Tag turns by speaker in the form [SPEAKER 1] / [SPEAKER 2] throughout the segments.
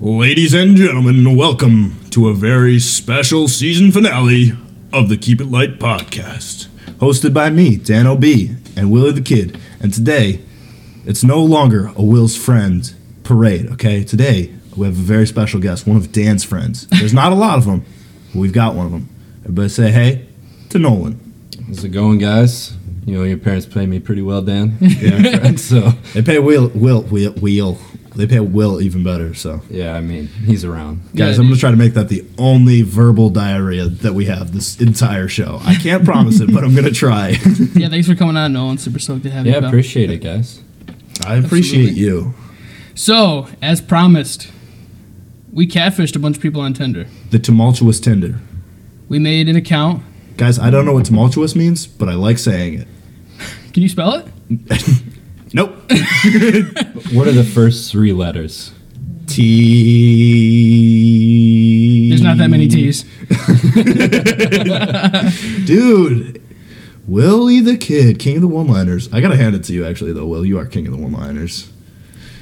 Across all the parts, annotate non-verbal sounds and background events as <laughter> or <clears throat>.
[SPEAKER 1] Ladies and gentlemen, welcome to a very special season finale of the Keep It Light podcast, hosted by me, Dan O.B., and Willie the Kid. And today, it's no longer a Will's friend parade, okay? Today, we have a very special guest, one of Dan's friends. There's not a lot of them, but we've got one of them. Everybody say hey to Nolan.
[SPEAKER 2] How's it going, guys? You know, your parents pay me pretty well, Dan. Yeah. <laughs> so,
[SPEAKER 1] They pay Will, Will, Will, Will. They pay Will even better, so.
[SPEAKER 2] yeah, I mean, he's around.
[SPEAKER 1] Guys, I'm
[SPEAKER 3] Yeah, dude.
[SPEAKER 1] gonna try to make that the only verbal diarrhea that we have this entire show. I
[SPEAKER 3] <laughs>
[SPEAKER 1] can't promise it, but I'm gonna try. <laughs>
[SPEAKER 3] Yeah, thanks for coming on, Nolan. Super stoked to have you.
[SPEAKER 2] Yeah,
[SPEAKER 3] pal.
[SPEAKER 2] appreciate it, guys.
[SPEAKER 1] I appreciate
[SPEAKER 3] Absolutely.
[SPEAKER 1] you.
[SPEAKER 3] So, as promised, we catfished a bunch of people on Tinder.
[SPEAKER 1] The tumultuous Tinder.
[SPEAKER 3] We made an account.
[SPEAKER 1] Guys, I don't know what tumultuous means, but I like saying it.
[SPEAKER 3] Can you spell it?
[SPEAKER 1] Nope. <laughs>
[SPEAKER 2] What are the first three letters?
[SPEAKER 1] T.
[SPEAKER 3] There's not that many T's.
[SPEAKER 1] Dude. Willie the Kid, king of the one liners. I gotta hand it to you, actually, though, Will. You are king of the one liners.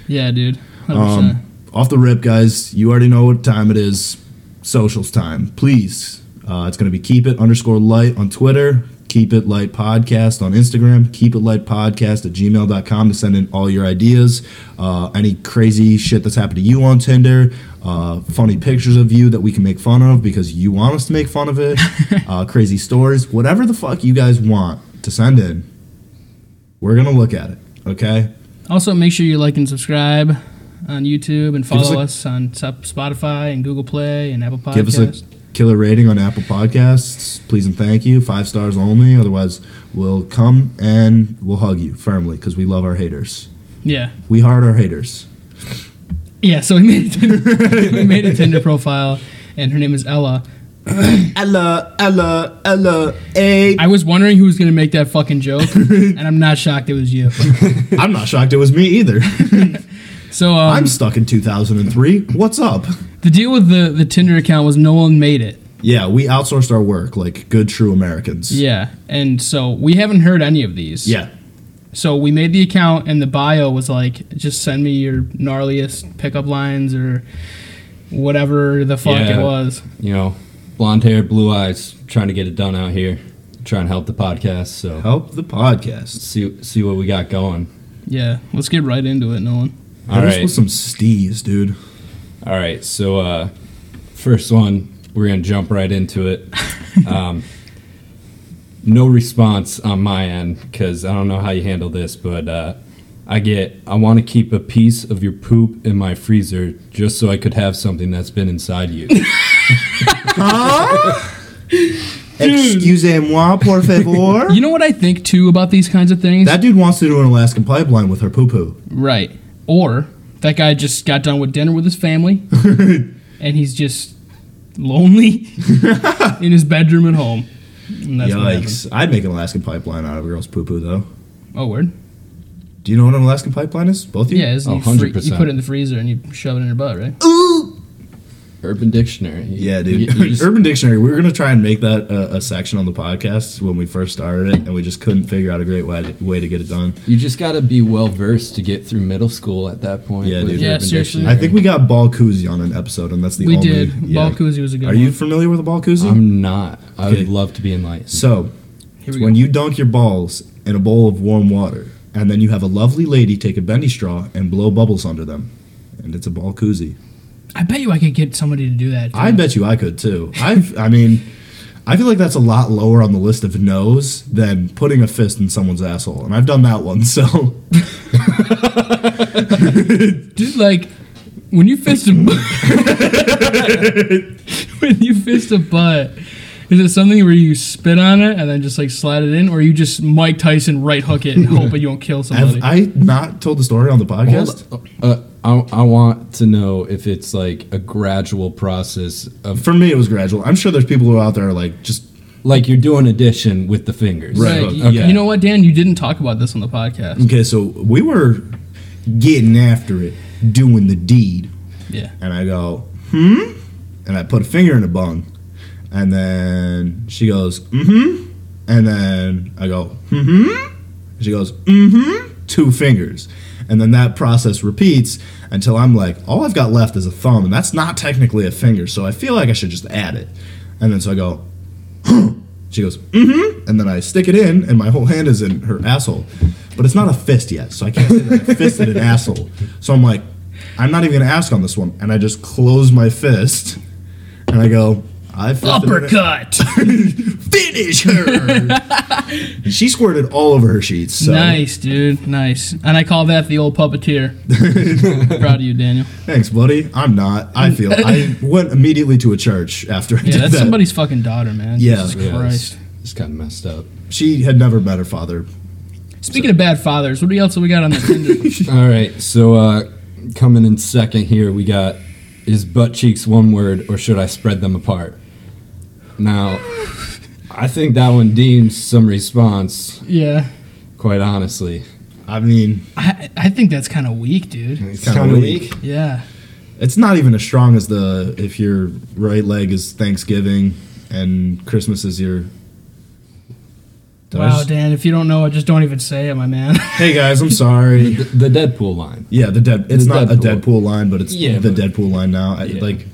[SPEAKER 3] Yeah, dude. uh, 100%.
[SPEAKER 1] Um, off the rip, guys, you already know what time it is. Socials time. Please. Uh, it's going to be keep it underscore light on Twitter, keep it light podcast on Instagram, keep it light podcast at gmail.com to send in all your ideas, uh, any crazy shit that's happened to you on Tinder, uh, funny pictures of you that we can make fun of because you want us to make fun of it, uh, crazy stories, whatever the fuck you guys want to send in, we're going to look at it. Okay?
[SPEAKER 3] also, make sure you like and subscribe on YouTube and
[SPEAKER 1] us
[SPEAKER 3] follow
[SPEAKER 1] a-
[SPEAKER 3] us, on Sup- Spotify and Google Play and Apple Podcasts.
[SPEAKER 1] Give us a killer rating on Apple Podcasts, please and thank you. Five stars only. Otherwise, we'll come and we'll hug you firmly because we love our haters.
[SPEAKER 3] yeah.
[SPEAKER 1] We heart our haters.
[SPEAKER 3] Yeah, so we made, a Tinder, <laughs> we made a Tinder profile, and her name is Ella.
[SPEAKER 1] Ella, Ella, Ella, eh. A.
[SPEAKER 3] I was wondering who was going to make that
[SPEAKER 1] <laughs>
[SPEAKER 3] fucking joke, and I'm not shocked it was you.
[SPEAKER 1] I'm not shocked it was me <laughs> either.
[SPEAKER 3] So um,
[SPEAKER 1] I'm stuck in 2003. What's up?
[SPEAKER 3] The deal with the, the Tinder account was no one made it.
[SPEAKER 1] Yeah, we outsourced our work like good, true Americans.
[SPEAKER 3] Yeah. And so we haven't heard any of these.
[SPEAKER 1] Yeah.
[SPEAKER 3] So we made the account and the bio was like, just send me your gnarliest pickup lines or whatever the fuck
[SPEAKER 2] Yeah.
[SPEAKER 3] it was.
[SPEAKER 2] You know, blonde hair, blue eyes, trying to get it done out here, trying to help the podcast. So,
[SPEAKER 1] Help the podcast.
[SPEAKER 2] see see what we got going.
[SPEAKER 3] Yeah. Let's get right into it, Nolan.
[SPEAKER 2] All
[SPEAKER 1] Hit us
[SPEAKER 2] right.
[SPEAKER 1] with some stees, dude.
[SPEAKER 2] All right, so uh, first one, we're gonna jump right into it. Um, no response on my end because I don't know how you handle this, but uh, I get I want to keep a piece of your poop in my freezer just so I could have something that's been inside you.
[SPEAKER 1] Excusez-moi, por
[SPEAKER 3] <laughs>
[SPEAKER 1] favor.
[SPEAKER 3] You know what I think too about these kinds of things?
[SPEAKER 1] that dude wants to do an Alaskan pipeline with her poo-poo.
[SPEAKER 3] right. Or that guy just got done with dinner with
[SPEAKER 1] <laughs>
[SPEAKER 3] his family and he's just
[SPEAKER 1] <laughs>
[SPEAKER 3] lonely in his bedroom at home. And that's what happened.
[SPEAKER 1] Yikes. I'd make an Alaskan pipeline out of a girl's poo poo, though.
[SPEAKER 3] Oh, word.
[SPEAKER 1] Do you know what an Alaskan pipeline is? Both of you?
[SPEAKER 3] Yeah, isn't
[SPEAKER 2] Oh,
[SPEAKER 3] you, free, you
[SPEAKER 2] 100%.
[SPEAKER 3] put it in the freezer and you shove it in your butt, right?
[SPEAKER 2] Urban Dictionary.
[SPEAKER 1] Yeah,
[SPEAKER 2] You-
[SPEAKER 1] dude. <laughs>
[SPEAKER 2] you just-
[SPEAKER 1] Urban Dictionary. We were going to try and make that a, a section on the podcast when we first started it, and we just couldn't figure out a great way to, way to get it done.
[SPEAKER 2] you just gotta be well versed to get through middle school at that point.
[SPEAKER 1] Yeah,
[SPEAKER 2] with
[SPEAKER 1] dude.
[SPEAKER 3] Yeah, seriously.
[SPEAKER 1] I think we got Balkuzi on an episode, and that's the
[SPEAKER 3] we
[SPEAKER 1] only.
[SPEAKER 3] did.
[SPEAKER 1] yeah.
[SPEAKER 3] Ball koozie was a good
[SPEAKER 1] Are
[SPEAKER 3] one.
[SPEAKER 1] you familiar with a Balkuzi?
[SPEAKER 2] I'm not. I
[SPEAKER 1] Okay.
[SPEAKER 2] would love to be enlightened.
[SPEAKER 1] so,
[SPEAKER 3] Here we
[SPEAKER 1] when
[SPEAKER 3] go.
[SPEAKER 1] you dunk your balls in a bowl of warm water, and then you have a lovely lady take a bendy straw and blow bubbles under them, and it's a Balkuzi.
[SPEAKER 3] I bet you I could get somebody to do that.
[SPEAKER 1] I bet you I could too. I've, I mean, I feel like that's a lot lower on the list of no's than putting a fist in someone's asshole, and I've done that one. <laughs> So
[SPEAKER 3] Just like when you
[SPEAKER 1] <laughs>
[SPEAKER 3] fist a butt. <laughs> when you fist a butt, is it something where you spit on it and then just like slide it in, or you just Mike Tyson right hook it and hope that you don't kill somebody?
[SPEAKER 1] have I not told the story on the podcast?
[SPEAKER 2] Hold- Uh, I, I want to know if it's like a gradual process of
[SPEAKER 1] For me, it was gradual. I'm sure there's people who are out there like just
[SPEAKER 2] like you're doing addition with the fingers.
[SPEAKER 1] Right.
[SPEAKER 3] Like,
[SPEAKER 1] hook,
[SPEAKER 3] you-
[SPEAKER 1] okay.
[SPEAKER 3] You know what, Dan? You didn't talk about this on the podcast.
[SPEAKER 1] okay. So we were getting after it, doing the deed,
[SPEAKER 3] Yeah.
[SPEAKER 1] and I go hmm, and I put a finger in a bung, and then she goes mm-hmm, and then I go mm-hmm, she goes mm-hmm, two fingers, And then that process repeats until I'm like, all I've got left is a thumb, and that's not technically a finger, so I feel like I should just add it. And then so I go, <clears throat> she goes, mm-hmm, and then I stick it in, and my whole hand is in her asshole. But it's not a fist yet, so I can't say that I
[SPEAKER 3] <laughs>
[SPEAKER 1] fisted an asshole. So I'm like, I'm not even gonna ask on this one, and I just close my fist, and I go, I fisted an-
[SPEAKER 3] Uppercut.
[SPEAKER 1] <laughs> finish her.
[SPEAKER 3] <laughs>
[SPEAKER 1] And she squirted all over her sheets. So.
[SPEAKER 3] Nice, dude. Nice. And I call that the old
[SPEAKER 1] <laughs>
[SPEAKER 3] puppeteer. Proud of you, Daniel.
[SPEAKER 1] Thanks, buddy. I'm not. I feel.
[SPEAKER 2] <laughs>
[SPEAKER 1] I went immediately to a church after I
[SPEAKER 3] Yeah,
[SPEAKER 1] did
[SPEAKER 3] that's
[SPEAKER 1] that.
[SPEAKER 3] somebody's fucking daughter, man.
[SPEAKER 1] Yeah.
[SPEAKER 3] Jesus
[SPEAKER 2] Yeah,
[SPEAKER 3] Christ.
[SPEAKER 2] it's, it's kind of messed up.
[SPEAKER 1] She had never met her father.
[SPEAKER 3] Speaking of bad fathers, what else have we got on the Tinder?
[SPEAKER 1] <laughs>
[SPEAKER 2] All right, so uh, coming in second here, we got is butt cheeks one word or should I spread them apart? Now, I think that one deems some response,
[SPEAKER 3] yeah.
[SPEAKER 2] quite honestly.
[SPEAKER 1] I mean,
[SPEAKER 3] I, I think that's kind of weak, dude.
[SPEAKER 1] It's kinda
[SPEAKER 2] kinda
[SPEAKER 1] weak.
[SPEAKER 3] Yeah.
[SPEAKER 1] it's not even as strong as the if your right leg is Thanksgiving and Christmas is your. Did I
[SPEAKER 3] wow,
[SPEAKER 1] just-
[SPEAKER 3] Dan, if you don't know it, just don't even say it, my man. <laughs>
[SPEAKER 1] hey guys, I'm sorry.
[SPEAKER 2] <laughs> The, the Deadpool line.
[SPEAKER 1] Yeah, the dead. It's
[SPEAKER 2] The
[SPEAKER 1] not a
[SPEAKER 2] Deadpool.
[SPEAKER 1] Deadpool line, but it's
[SPEAKER 2] Yeah,
[SPEAKER 1] the
[SPEAKER 2] but-
[SPEAKER 1] Deadpool line now. I-
[SPEAKER 2] Yeah.
[SPEAKER 1] Like,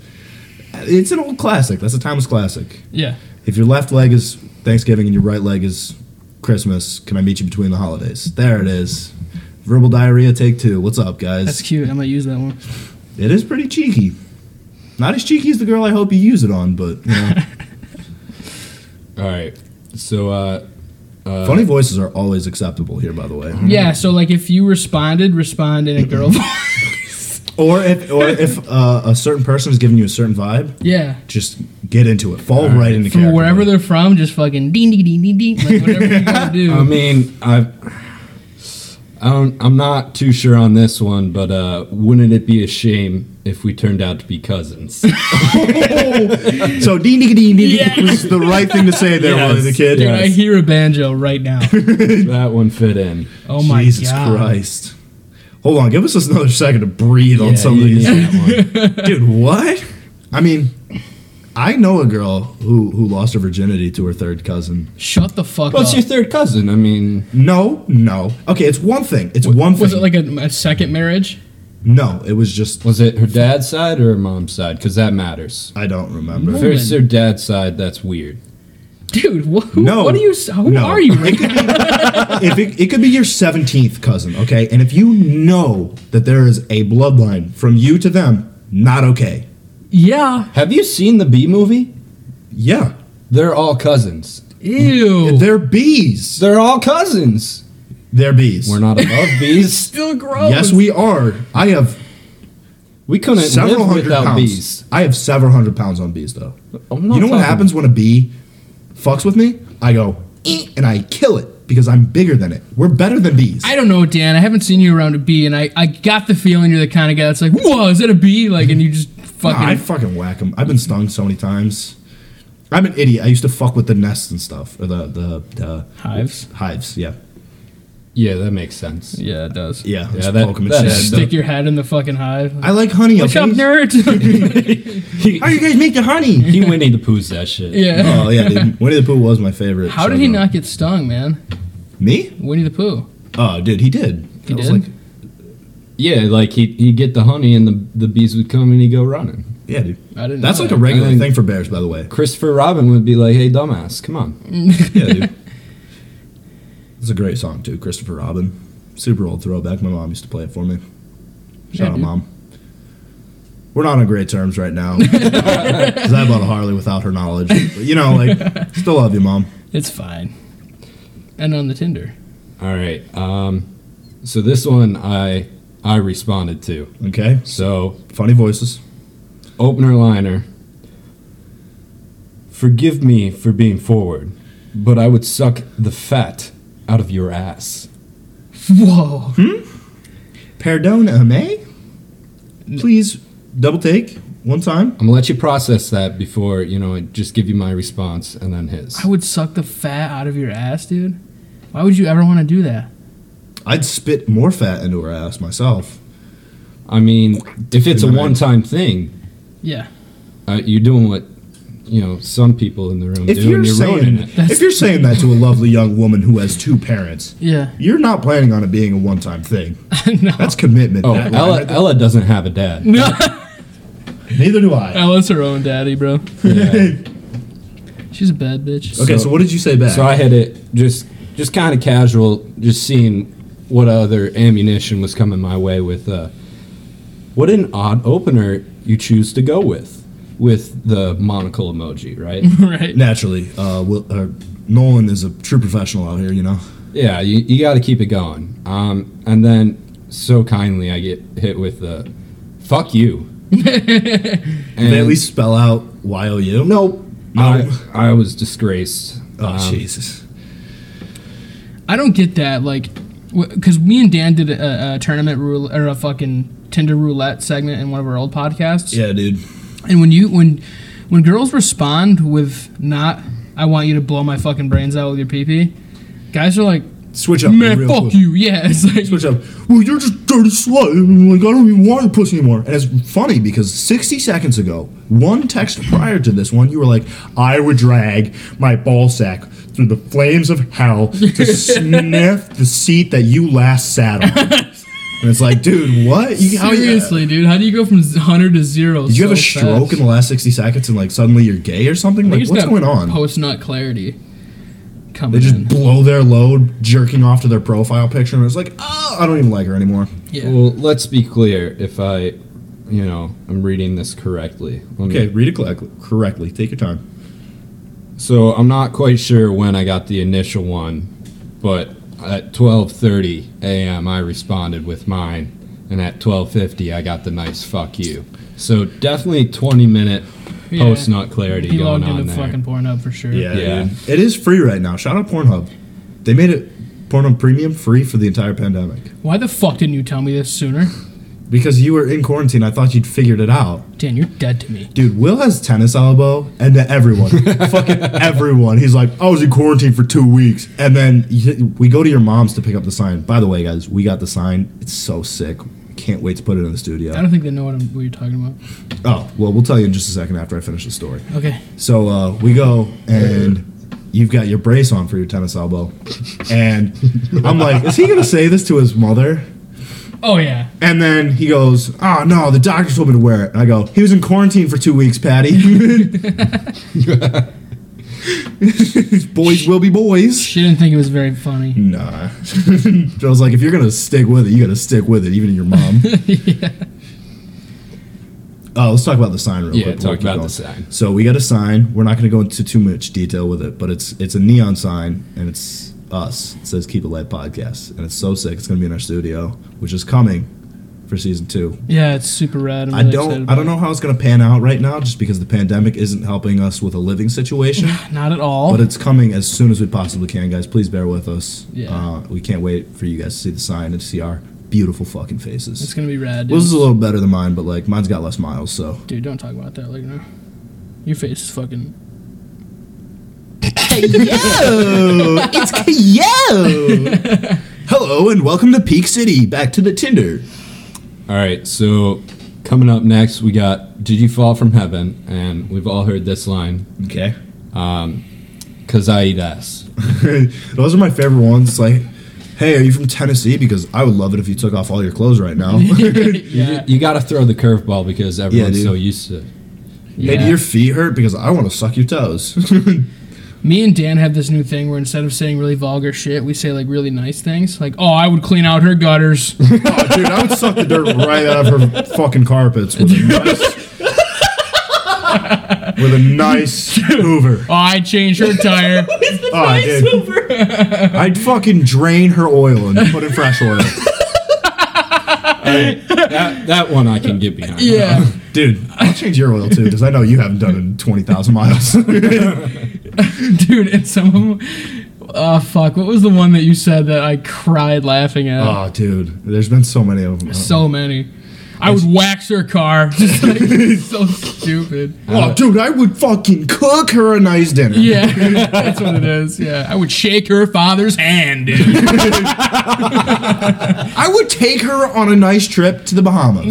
[SPEAKER 1] it's an old classic. That's a timeless classic.
[SPEAKER 3] yeah.
[SPEAKER 1] If your left leg is Thanksgiving and your right leg is Christmas, can I meet you between the holidays? There it is. Verbal diarrhea, take two. What's up, guys?
[SPEAKER 3] That's cute. I might use that one.
[SPEAKER 1] Mm-hmm. It is pretty cheeky. Not as cheeky as the girl I hope you use it on, but you know,
[SPEAKER 2] All right, so uh, uh,
[SPEAKER 1] funny voices are always acceptable here, by the way.
[SPEAKER 3] Yeah, so like if you responded, respond in
[SPEAKER 1] <laughs>
[SPEAKER 3] a girl voice.
[SPEAKER 1] Or if, or if uh, a certain person is giving you a certain vibe,
[SPEAKER 3] Yeah.
[SPEAKER 1] just get into it. Fall right, into
[SPEAKER 3] From
[SPEAKER 1] character.
[SPEAKER 3] wherever they're from, just fucking ding ding ding ding ding. Like whatever you
[SPEAKER 1] <laughs>
[SPEAKER 3] gotta do.
[SPEAKER 1] Hmm. Um,
[SPEAKER 2] I mean, I've. I don't, I'm not too sure on this one, but uh, wouldn't it be a shame if we turned out to be
[SPEAKER 1] <laughs>
[SPEAKER 2] cousins?
[SPEAKER 1] so ding ding ding ding
[SPEAKER 3] Yeah.
[SPEAKER 1] was the right thing to say there,
[SPEAKER 2] Yes.
[SPEAKER 1] was the kid.
[SPEAKER 3] Dude, I
[SPEAKER 2] Yes.
[SPEAKER 3] hear a banjo
[SPEAKER 1] <laughs>
[SPEAKER 3] right now.
[SPEAKER 2] that one fit in.
[SPEAKER 3] Oh my
[SPEAKER 1] Jesus
[SPEAKER 3] god.
[SPEAKER 1] Christ. Hold on, give us just another second to breathe on
[SPEAKER 2] Yeah,
[SPEAKER 1] some of
[SPEAKER 2] you
[SPEAKER 1] these.
[SPEAKER 2] need
[SPEAKER 1] <laughs>
[SPEAKER 2] that one.
[SPEAKER 1] Dude, what? I mean, I know a girl who who lost her virginity to her third cousin.
[SPEAKER 3] Shut the fuck
[SPEAKER 2] Well,
[SPEAKER 3] up.
[SPEAKER 2] it's your third cousin. I mean,
[SPEAKER 1] No, no. Okay, it's one thing. It's one thing.
[SPEAKER 3] was it like a, a second marriage?
[SPEAKER 1] no, it was just
[SPEAKER 2] Was it her dad's side or her mom's side? Because that matters.
[SPEAKER 1] I don't remember. <laughs>
[SPEAKER 2] If it's her dad's side, that's weird.
[SPEAKER 3] Dude, wh- who,
[SPEAKER 1] No.
[SPEAKER 3] what are you? Who
[SPEAKER 1] No.
[SPEAKER 3] are you? Right
[SPEAKER 1] It could <laughs> be, if it, it could be your 17th cousin, okay? And if you know that there is a bloodline from you to them, not okay.
[SPEAKER 3] yeah.
[SPEAKER 2] Have you seen the B movie?
[SPEAKER 1] Yeah.
[SPEAKER 2] They're all cousins.
[SPEAKER 3] Ew.
[SPEAKER 1] They're bees.
[SPEAKER 2] They're all cousins.
[SPEAKER 1] They're bees.
[SPEAKER 2] We're not
[SPEAKER 1] <laughs>
[SPEAKER 2] above bees.
[SPEAKER 3] Still gross.
[SPEAKER 1] yes, we are. I have
[SPEAKER 2] We couldn't
[SPEAKER 1] several
[SPEAKER 2] live
[SPEAKER 1] hundred
[SPEAKER 2] without
[SPEAKER 1] pounds.
[SPEAKER 2] bees.
[SPEAKER 1] I have several hundred pounds on bees, though.
[SPEAKER 2] I'm not
[SPEAKER 1] You know what
[SPEAKER 2] talking-
[SPEAKER 1] happens when a bee fucks with me? I go "Eh," and I kill it because I'm bigger than it. We're better than bees.
[SPEAKER 3] I don't know, Dan. I haven't seen you around a bee, and I, I got the feeling you're the kind of guy that's like, whoa, is that a bee? Like, and
[SPEAKER 1] <laughs>
[SPEAKER 3] you just
[SPEAKER 1] Nah, I
[SPEAKER 3] fucking.
[SPEAKER 1] fucking whack them. I've been stung so many times. I'm an idiot. I used to fuck with the nests and stuff, or the the, the
[SPEAKER 3] Hives?
[SPEAKER 1] Hives, yeah,
[SPEAKER 2] Yeah, that makes sense.
[SPEAKER 3] yeah, it does.
[SPEAKER 1] yeah.
[SPEAKER 2] Yeah,
[SPEAKER 1] just
[SPEAKER 2] that-
[SPEAKER 1] poke 'em and
[SPEAKER 2] that
[SPEAKER 1] shit.
[SPEAKER 2] is-
[SPEAKER 3] Stick your head in the fucking hive.
[SPEAKER 1] I like honey.
[SPEAKER 3] What's up,
[SPEAKER 1] okay? <laughs>
[SPEAKER 3] nerd?
[SPEAKER 1] How you guys make the
[SPEAKER 3] <laughs>
[SPEAKER 1] honey?
[SPEAKER 2] He Winnie the Pooh's that shit.
[SPEAKER 3] yeah.
[SPEAKER 1] oh <laughs> yeah, dude. Winnie the Pooh was my favorite.
[SPEAKER 3] <laughs> How
[SPEAKER 1] so
[SPEAKER 3] did he
[SPEAKER 1] no.
[SPEAKER 3] not get stung, man?
[SPEAKER 1] Me?
[SPEAKER 3] Winnie the Pooh.
[SPEAKER 1] Oh, dude, he did.
[SPEAKER 3] He
[SPEAKER 1] That was
[SPEAKER 3] did?
[SPEAKER 1] like-
[SPEAKER 2] Yeah, like he he'd get the honey and the the bees would come and he'd go running.
[SPEAKER 1] yeah, dude.
[SPEAKER 3] I didn't.
[SPEAKER 1] That's
[SPEAKER 3] know
[SPEAKER 1] like a
[SPEAKER 3] that.
[SPEAKER 1] regular
[SPEAKER 2] I think-
[SPEAKER 1] thing for bears, by the way.
[SPEAKER 2] Christopher Robin would be like, "Hey, dumbass, come on."
[SPEAKER 1] Yeah, dude. it's a great song too, Christopher Robin. Super old throwback. My mom used to play it for me. Shout
[SPEAKER 3] Yeah,
[SPEAKER 1] out,
[SPEAKER 3] dude.
[SPEAKER 1] mom. We're not on great terms right <laughs> now. 'Cause I bought a Harley without her knowledge. But, you know, like, still love you, mom.
[SPEAKER 3] It's fine. And on the
[SPEAKER 1] <laughs>
[SPEAKER 3] Tinder.
[SPEAKER 2] All right. Um, so this one I I responded to.
[SPEAKER 1] Okay.
[SPEAKER 2] So
[SPEAKER 1] Funny voices.
[SPEAKER 2] opener liner. Forgive me for being forward, but I would suck the fat out of your ass.
[SPEAKER 3] Whoa.
[SPEAKER 1] Hmm? Perdona me. Please double take one time.
[SPEAKER 2] I'm gonna let you process that before you know. I just give you my response and then his.
[SPEAKER 3] I would suck the fat out of your ass, dude. Why would you ever want to do that?
[SPEAKER 1] I'd spit more fat into her ass myself.
[SPEAKER 2] I mean, if it's
[SPEAKER 1] Wait
[SPEAKER 2] a
[SPEAKER 1] a minute.
[SPEAKER 2] one-time thing,
[SPEAKER 3] Yeah.
[SPEAKER 2] uh, you're doing what you know some people in the room
[SPEAKER 1] If
[SPEAKER 2] do,
[SPEAKER 1] you're,
[SPEAKER 2] and you're ruining
[SPEAKER 1] saying
[SPEAKER 2] it.
[SPEAKER 1] if you're saying that to a lovely young woman who has two parents,
[SPEAKER 3] Yeah.
[SPEAKER 1] you're not planning on it being a one-time thing.
[SPEAKER 3] <laughs> no.
[SPEAKER 1] That's commitment.
[SPEAKER 2] Oh,
[SPEAKER 1] that <laughs>
[SPEAKER 2] Ella,
[SPEAKER 1] line.
[SPEAKER 2] Ella doesn't have a dad.
[SPEAKER 1] Neither do I.
[SPEAKER 3] Ella's her own daddy, bro.
[SPEAKER 2] Yeah.
[SPEAKER 3] She's a bad bitch.
[SPEAKER 1] Okay, so,
[SPEAKER 2] So-
[SPEAKER 1] what did you say back?
[SPEAKER 2] Oh. So I had it just just kind of casual, just seeing what other ammunition was coming my way with. Uh, what an odd opener you choose to go with, with the monocle emoji, right?
[SPEAKER 3] <laughs> right.
[SPEAKER 1] Naturally, uh, Will, uh, Nolan is a true professional out here. You know.
[SPEAKER 2] yeah, you, you got to keep it going. Um, and then so kindly I get hit with the, fuck you. and
[SPEAKER 1] They at least spell out Y O U.
[SPEAKER 2] no,
[SPEAKER 1] No.
[SPEAKER 3] Um,
[SPEAKER 2] I, I was disgraced.
[SPEAKER 1] Oh
[SPEAKER 2] Um,
[SPEAKER 1] Jesus.
[SPEAKER 3] I don't get that. Like, because me and Dan did a, a tournament roulette, or a fucking Tinder roulette segment in one of our old podcasts.
[SPEAKER 1] Yeah, dude.
[SPEAKER 3] And when you when when girls respond with not, I want you to blow my fucking brains out with your pee pee. Guys are like,
[SPEAKER 1] Switch up.
[SPEAKER 3] man,
[SPEAKER 1] real
[SPEAKER 3] fuck
[SPEAKER 1] quick.
[SPEAKER 3] you. Yeah, it's like <laughs>
[SPEAKER 1] Switch up. Well, you're just dirty slut. Like I don't even want your pussy anymore. And it's funny because 60 seconds ago, one text prior to this one, you were like, "I would drag my ball sack through the flames of hell to sniff the seat that you last sat on." and it's like, dude, what? You, how you-
[SPEAKER 3] seriously, dude. How do you go from z- hundred to zero?
[SPEAKER 1] Did you have a stroke in the last 60 seconds and like suddenly you're gay or something? Like what's going on?
[SPEAKER 3] Post nut clarity.
[SPEAKER 1] they
[SPEAKER 3] Coming
[SPEAKER 1] just
[SPEAKER 3] in.
[SPEAKER 1] blow their load, jerking off to their profile picture, and it's like, oh, I don't even like her anymore.
[SPEAKER 3] yeah.
[SPEAKER 2] Well, let's be clear. If I, you know, I'm reading this correctly. Let me-
[SPEAKER 1] Okay, read it correctly. correctly. Take your time.
[SPEAKER 2] So I'm not quite sure when I got the initial one, but at 12:30 a.m. I responded with mine, and at 12:50 I got the nice fuck you. So definitely 20 minute
[SPEAKER 3] Yeah.
[SPEAKER 2] post nut clarity
[SPEAKER 3] he
[SPEAKER 2] going
[SPEAKER 3] logged
[SPEAKER 2] on
[SPEAKER 3] into
[SPEAKER 2] there.
[SPEAKER 3] fucking Pornhub for sure.
[SPEAKER 2] Yeah.
[SPEAKER 1] dude. it is free right now. Shout out Pornhub. They made it Pornhub Premium free for the entire pandemic
[SPEAKER 3] Why the fuck didn't you tell me this sooner?
[SPEAKER 1] because you were in quarantine. I thought you'd figured it out,
[SPEAKER 3] Dan, you're dead to me.
[SPEAKER 1] dude. Will has tennis elbow, and to everyone, fucking everyone, he's like, I was in quarantine for two weeks, and then you- we go to your mom's to pick up the sign. By the way, guys, we got the sign. It's so sick. Can't wait to put it in the
[SPEAKER 3] I
[SPEAKER 1] studio.
[SPEAKER 3] don't think they know what, I'm, what you're talking about.
[SPEAKER 1] Oh, well, we'll tell you in just a second after I finish the story.
[SPEAKER 3] Okay.
[SPEAKER 1] So uh, we go and you've got your brace on for your tennis elbow, and I'm like, is he gonna say this to his mother?
[SPEAKER 3] Oh yeah.
[SPEAKER 1] And then he goes, oh no, the doctor told me to wear it. And I go, he was in quarantine for two weeks, Patty. <laughs> boys will be boys.
[SPEAKER 3] She didn't think it was very funny.
[SPEAKER 1] Nah. <laughs> I was like, if you're gonna stick with it, you gotta stick with it, even in your
[SPEAKER 2] <laughs>
[SPEAKER 1] mom. Uh, let's talk about the sign real
[SPEAKER 2] Yeah,
[SPEAKER 1] quick.
[SPEAKER 2] talk
[SPEAKER 1] We'll keep
[SPEAKER 2] about the
[SPEAKER 1] going.
[SPEAKER 2] sign.
[SPEAKER 1] So we got a sign. We're not going to go into too much detail with it, but it's it's a neon sign, and it's us. It says "Keep It Light" podcast, and it's so sick. It's going to be in our studio, which is coming for season two.
[SPEAKER 3] Yeah, it's super rad. I'm
[SPEAKER 1] I
[SPEAKER 3] really excited
[SPEAKER 1] don't I
[SPEAKER 3] about
[SPEAKER 1] don't know how it's going to pan out right now, just because the pandemic isn't helping us with a living situation.
[SPEAKER 3] it. Not at all.
[SPEAKER 1] But it's coming as soon as we possibly can, guys. Please bear with us.
[SPEAKER 3] Yeah.
[SPEAKER 1] Uh, we can't wait for you guys to see the sign and see our beautiful fucking faces.
[SPEAKER 3] it's gonna be rad. Dude.
[SPEAKER 1] Will's is a little better than mine, but like mine's got less miles, so
[SPEAKER 3] dude, don't talk about that like now. Your face is fucking.
[SPEAKER 1] Yo, <laughs> it's Yo.
[SPEAKER 3] <laughs>
[SPEAKER 1] Hello and welcome to Peak City. Back to the Tinder.
[SPEAKER 2] All right, so coming up next we got Did you fall from heaven? And we've all heard this line,
[SPEAKER 1] Okay.
[SPEAKER 2] cuz I eat ass.
[SPEAKER 1] <laughs> Those are my favorite ones. It's like, hey, are you from Tennessee? Because I would love it if you took off all your clothes right now. <laughs>
[SPEAKER 3] <laughs> yeah.
[SPEAKER 2] You got to throw the curveball because everyone's
[SPEAKER 1] dude.
[SPEAKER 2] so used to
[SPEAKER 1] Hey, do
[SPEAKER 3] Yeah.
[SPEAKER 1] your feet hurt? Because I want to suck your toes.
[SPEAKER 3] Me and Dan have this new thing where instead of saying really vulgar shit, we say like really nice things. Like, oh, I would clean out her
[SPEAKER 1] <laughs>
[SPEAKER 3] gutters.
[SPEAKER 1] Oh, dude, I would suck the dirt right out of her fucking carpets with a nice, with a nice hoover.
[SPEAKER 3] Oh, I'd change her tire.
[SPEAKER 1] Oh, dude. I'd fucking drain her oil and put in fresh oil.
[SPEAKER 2] that. That one I can get behind.
[SPEAKER 3] yeah.
[SPEAKER 1] Dude, I'll change your oil too because I know you haven't done it in 20,000 <laughs> miles.
[SPEAKER 3] <laughs> Dude, and some of them. Oh, fuck. What was the one that you said that I cried laughing at?
[SPEAKER 1] oh, dude, there's been so many of them.
[SPEAKER 3] so many. I would wax her car. <laughs> Just like, so stupid.
[SPEAKER 1] oh, dude, I would fucking cook her a nice dinner.
[SPEAKER 3] Yeah, <laughs> that's what it is. Yeah, I would shake her father's hand, dude.
[SPEAKER 1] I would take her on a nice trip to the Bahamas.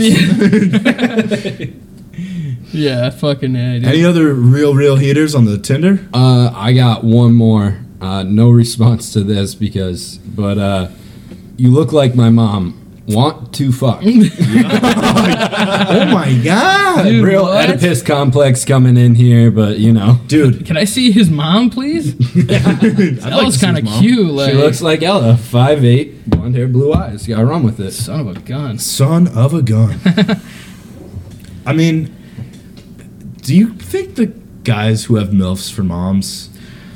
[SPEAKER 3] Yeah, fucking A, dude.
[SPEAKER 1] Any other real, real heaters on the Tinder?
[SPEAKER 2] Uh, I got one more. Uh, no response to this because, but uh, you look like my mom. Want to fuck?
[SPEAKER 1] Oh my god,
[SPEAKER 3] Dude.
[SPEAKER 2] Real
[SPEAKER 3] what?
[SPEAKER 2] Oedipus complex coming in here, but you know.
[SPEAKER 1] dude!
[SPEAKER 3] Can I see his mom, please?
[SPEAKER 1] <laughs> that
[SPEAKER 3] That was kind of cute. Like,
[SPEAKER 2] She looks like Ella, five eight, blonde hair, blue eyes. Got to run with it.
[SPEAKER 3] son of a gun.
[SPEAKER 1] Son of a gun.
[SPEAKER 3] <laughs>
[SPEAKER 1] I mean, do you think the guys who have milfs for moms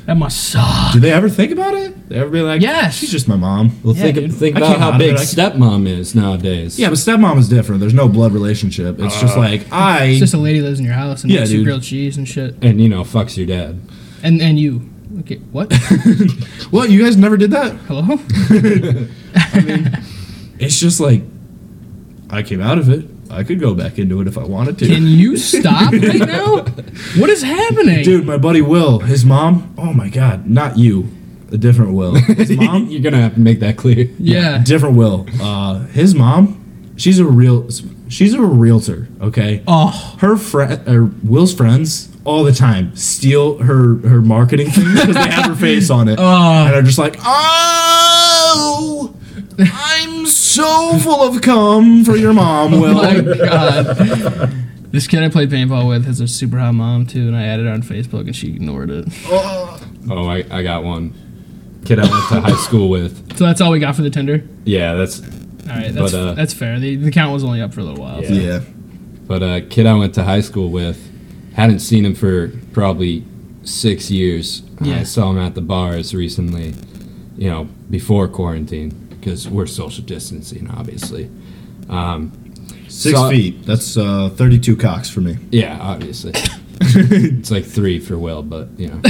[SPEAKER 3] That must suck.
[SPEAKER 1] do they ever think about it? They ever be like,
[SPEAKER 3] Yes.
[SPEAKER 1] she's just my mom."
[SPEAKER 2] Well,
[SPEAKER 3] Yeah,
[SPEAKER 2] think
[SPEAKER 3] dude.
[SPEAKER 2] think
[SPEAKER 1] I
[SPEAKER 2] about
[SPEAKER 1] can't
[SPEAKER 2] how
[SPEAKER 1] hide
[SPEAKER 2] big
[SPEAKER 1] it. I
[SPEAKER 2] stepmom is nowadays.
[SPEAKER 1] Yeah, but stepmom is different. There's no blood relationship. It's just like I.
[SPEAKER 3] Uh, <laughs> It's just a lady lives in your house and
[SPEAKER 1] Yeah,
[SPEAKER 3] makes you
[SPEAKER 1] dude.
[SPEAKER 3] grilled cheese and shit.
[SPEAKER 2] and you know, fucks your dad.
[SPEAKER 3] And and you.
[SPEAKER 1] <laughs>
[SPEAKER 3] Okay, what?
[SPEAKER 1] what you guys never did that?
[SPEAKER 3] Hello?
[SPEAKER 1] It's just like I came out of it. I could go back into it if I wanted to.
[SPEAKER 3] Can you stop right now? What is happening?
[SPEAKER 1] Dude, my buddy Will, his mom. Oh my God, not you, a different Will.
[SPEAKER 3] <laughs>
[SPEAKER 1] His mom,
[SPEAKER 2] <laughs> You're gonna have to make that clear.
[SPEAKER 3] yeah.
[SPEAKER 1] different Will. Uh, his mom, she's a real, she's a realtor. Okay,
[SPEAKER 3] Oh,
[SPEAKER 1] her friend, or Will's friends, all the time steal her her marketing things because they have her face on
[SPEAKER 3] <laughs>
[SPEAKER 1] it, and are just like, oh, I'm so full of cum for your
[SPEAKER 3] <laughs>
[SPEAKER 1] mom, Will.
[SPEAKER 3] Oh my God. This kid I played paintball with has a super hot mom, too, and I added her on Facebook and she ignored it.
[SPEAKER 2] Oh, I, I got one. Kid I went to high school with.
[SPEAKER 3] So that's all we got for the Tinder?
[SPEAKER 2] Yeah, that's.
[SPEAKER 3] All right, that's,
[SPEAKER 2] But, uh,
[SPEAKER 3] that's fair. The, the count was only up for a little while.
[SPEAKER 2] Yeah. But a kid I went to high school with, hadn't seen him for probably six years.
[SPEAKER 3] Yeah.
[SPEAKER 2] I saw him at the bars recently, you know, before quarantine, because we're social distancing, obviously.
[SPEAKER 1] six
[SPEAKER 2] So-
[SPEAKER 1] feet. That's uh, thirty-two cocks for me.
[SPEAKER 2] Yeah, obviously. it's like three for Will, but, you know.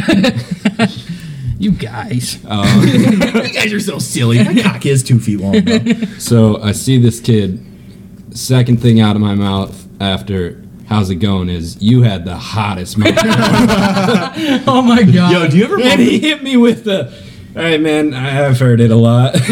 [SPEAKER 3] You guys.
[SPEAKER 1] <laughs> Uh, you guys are so silly. My cock is two feet long. Bro.
[SPEAKER 3] <laughs>
[SPEAKER 2] So I see this kid. Second thing out of my mouth after "How's it going?" is "You had the hottest mouth."
[SPEAKER 3] <laughs> oh, my God.
[SPEAKER 1] Yo, do you ever
[SPEAKER 2] and he hit me with the, "All right, man, I have heard it a lot." <laughs>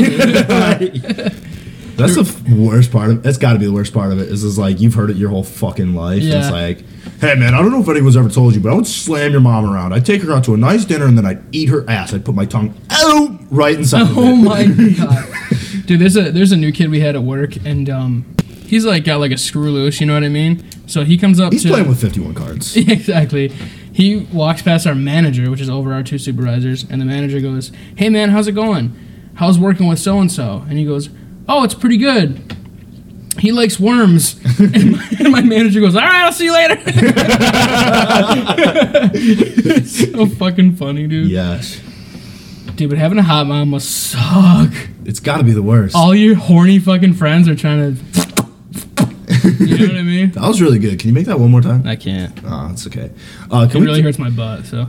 [SPEAKER 1] That's the f- worst part of that's got to be the worst part of it is is like you've heard it your whole fucking life. and
[SPEAKER 3] Yeah.
[SPEAKER 1] It's like, hey man, I don't know if anyone's ever told you, but I would slam your mom around. I'd take her out to a nice dinner and then I'd eat her ass. I'd put my tongue out right inside. of
[SPEAKER 3] <laughs> <laughs> Oh
[SPEAKER 1] it.
[SPEAKER 3] my god, dude! There's a there's a new kid we had at work, and um, he's like got like a screw loose. You know what I mean? So he comes up.
[SPEAKER 1] He's
[SPEAKER 3] to,
[SPEAKER 1] playing with 51 cards.
[SPEAKER 3] <laughs> exactly. He walks past our manager, which is over our two supervisors, and the manager goes, "Hey man, how's it going? How's working with so and so?" And he goes, "Oh, it's pretty good." He likes worms, <laughs> and my, and my manager goes, "All right, I'll see you later." <laughs> it's so fucking funny, dude.
[SPEAKER 1] yes,
[SPEAKER 3] Dude, but having a hot mom must suck.
[SPEAKER 1] it's got to be the worst.
[SPEAKER 3] all your horny fucking friends are trying to. <laughs> you know what I mean?
[SPEAKER 1] That was really good. Can you make that one more time?
[SPEAKER 3] I can't.
[SPEAKER 1] Ah, it's okay. Uh,
[SPEAKER 3] It
[SPEAKER 1] can we
[SPEAKER 3] really hurts my butt. So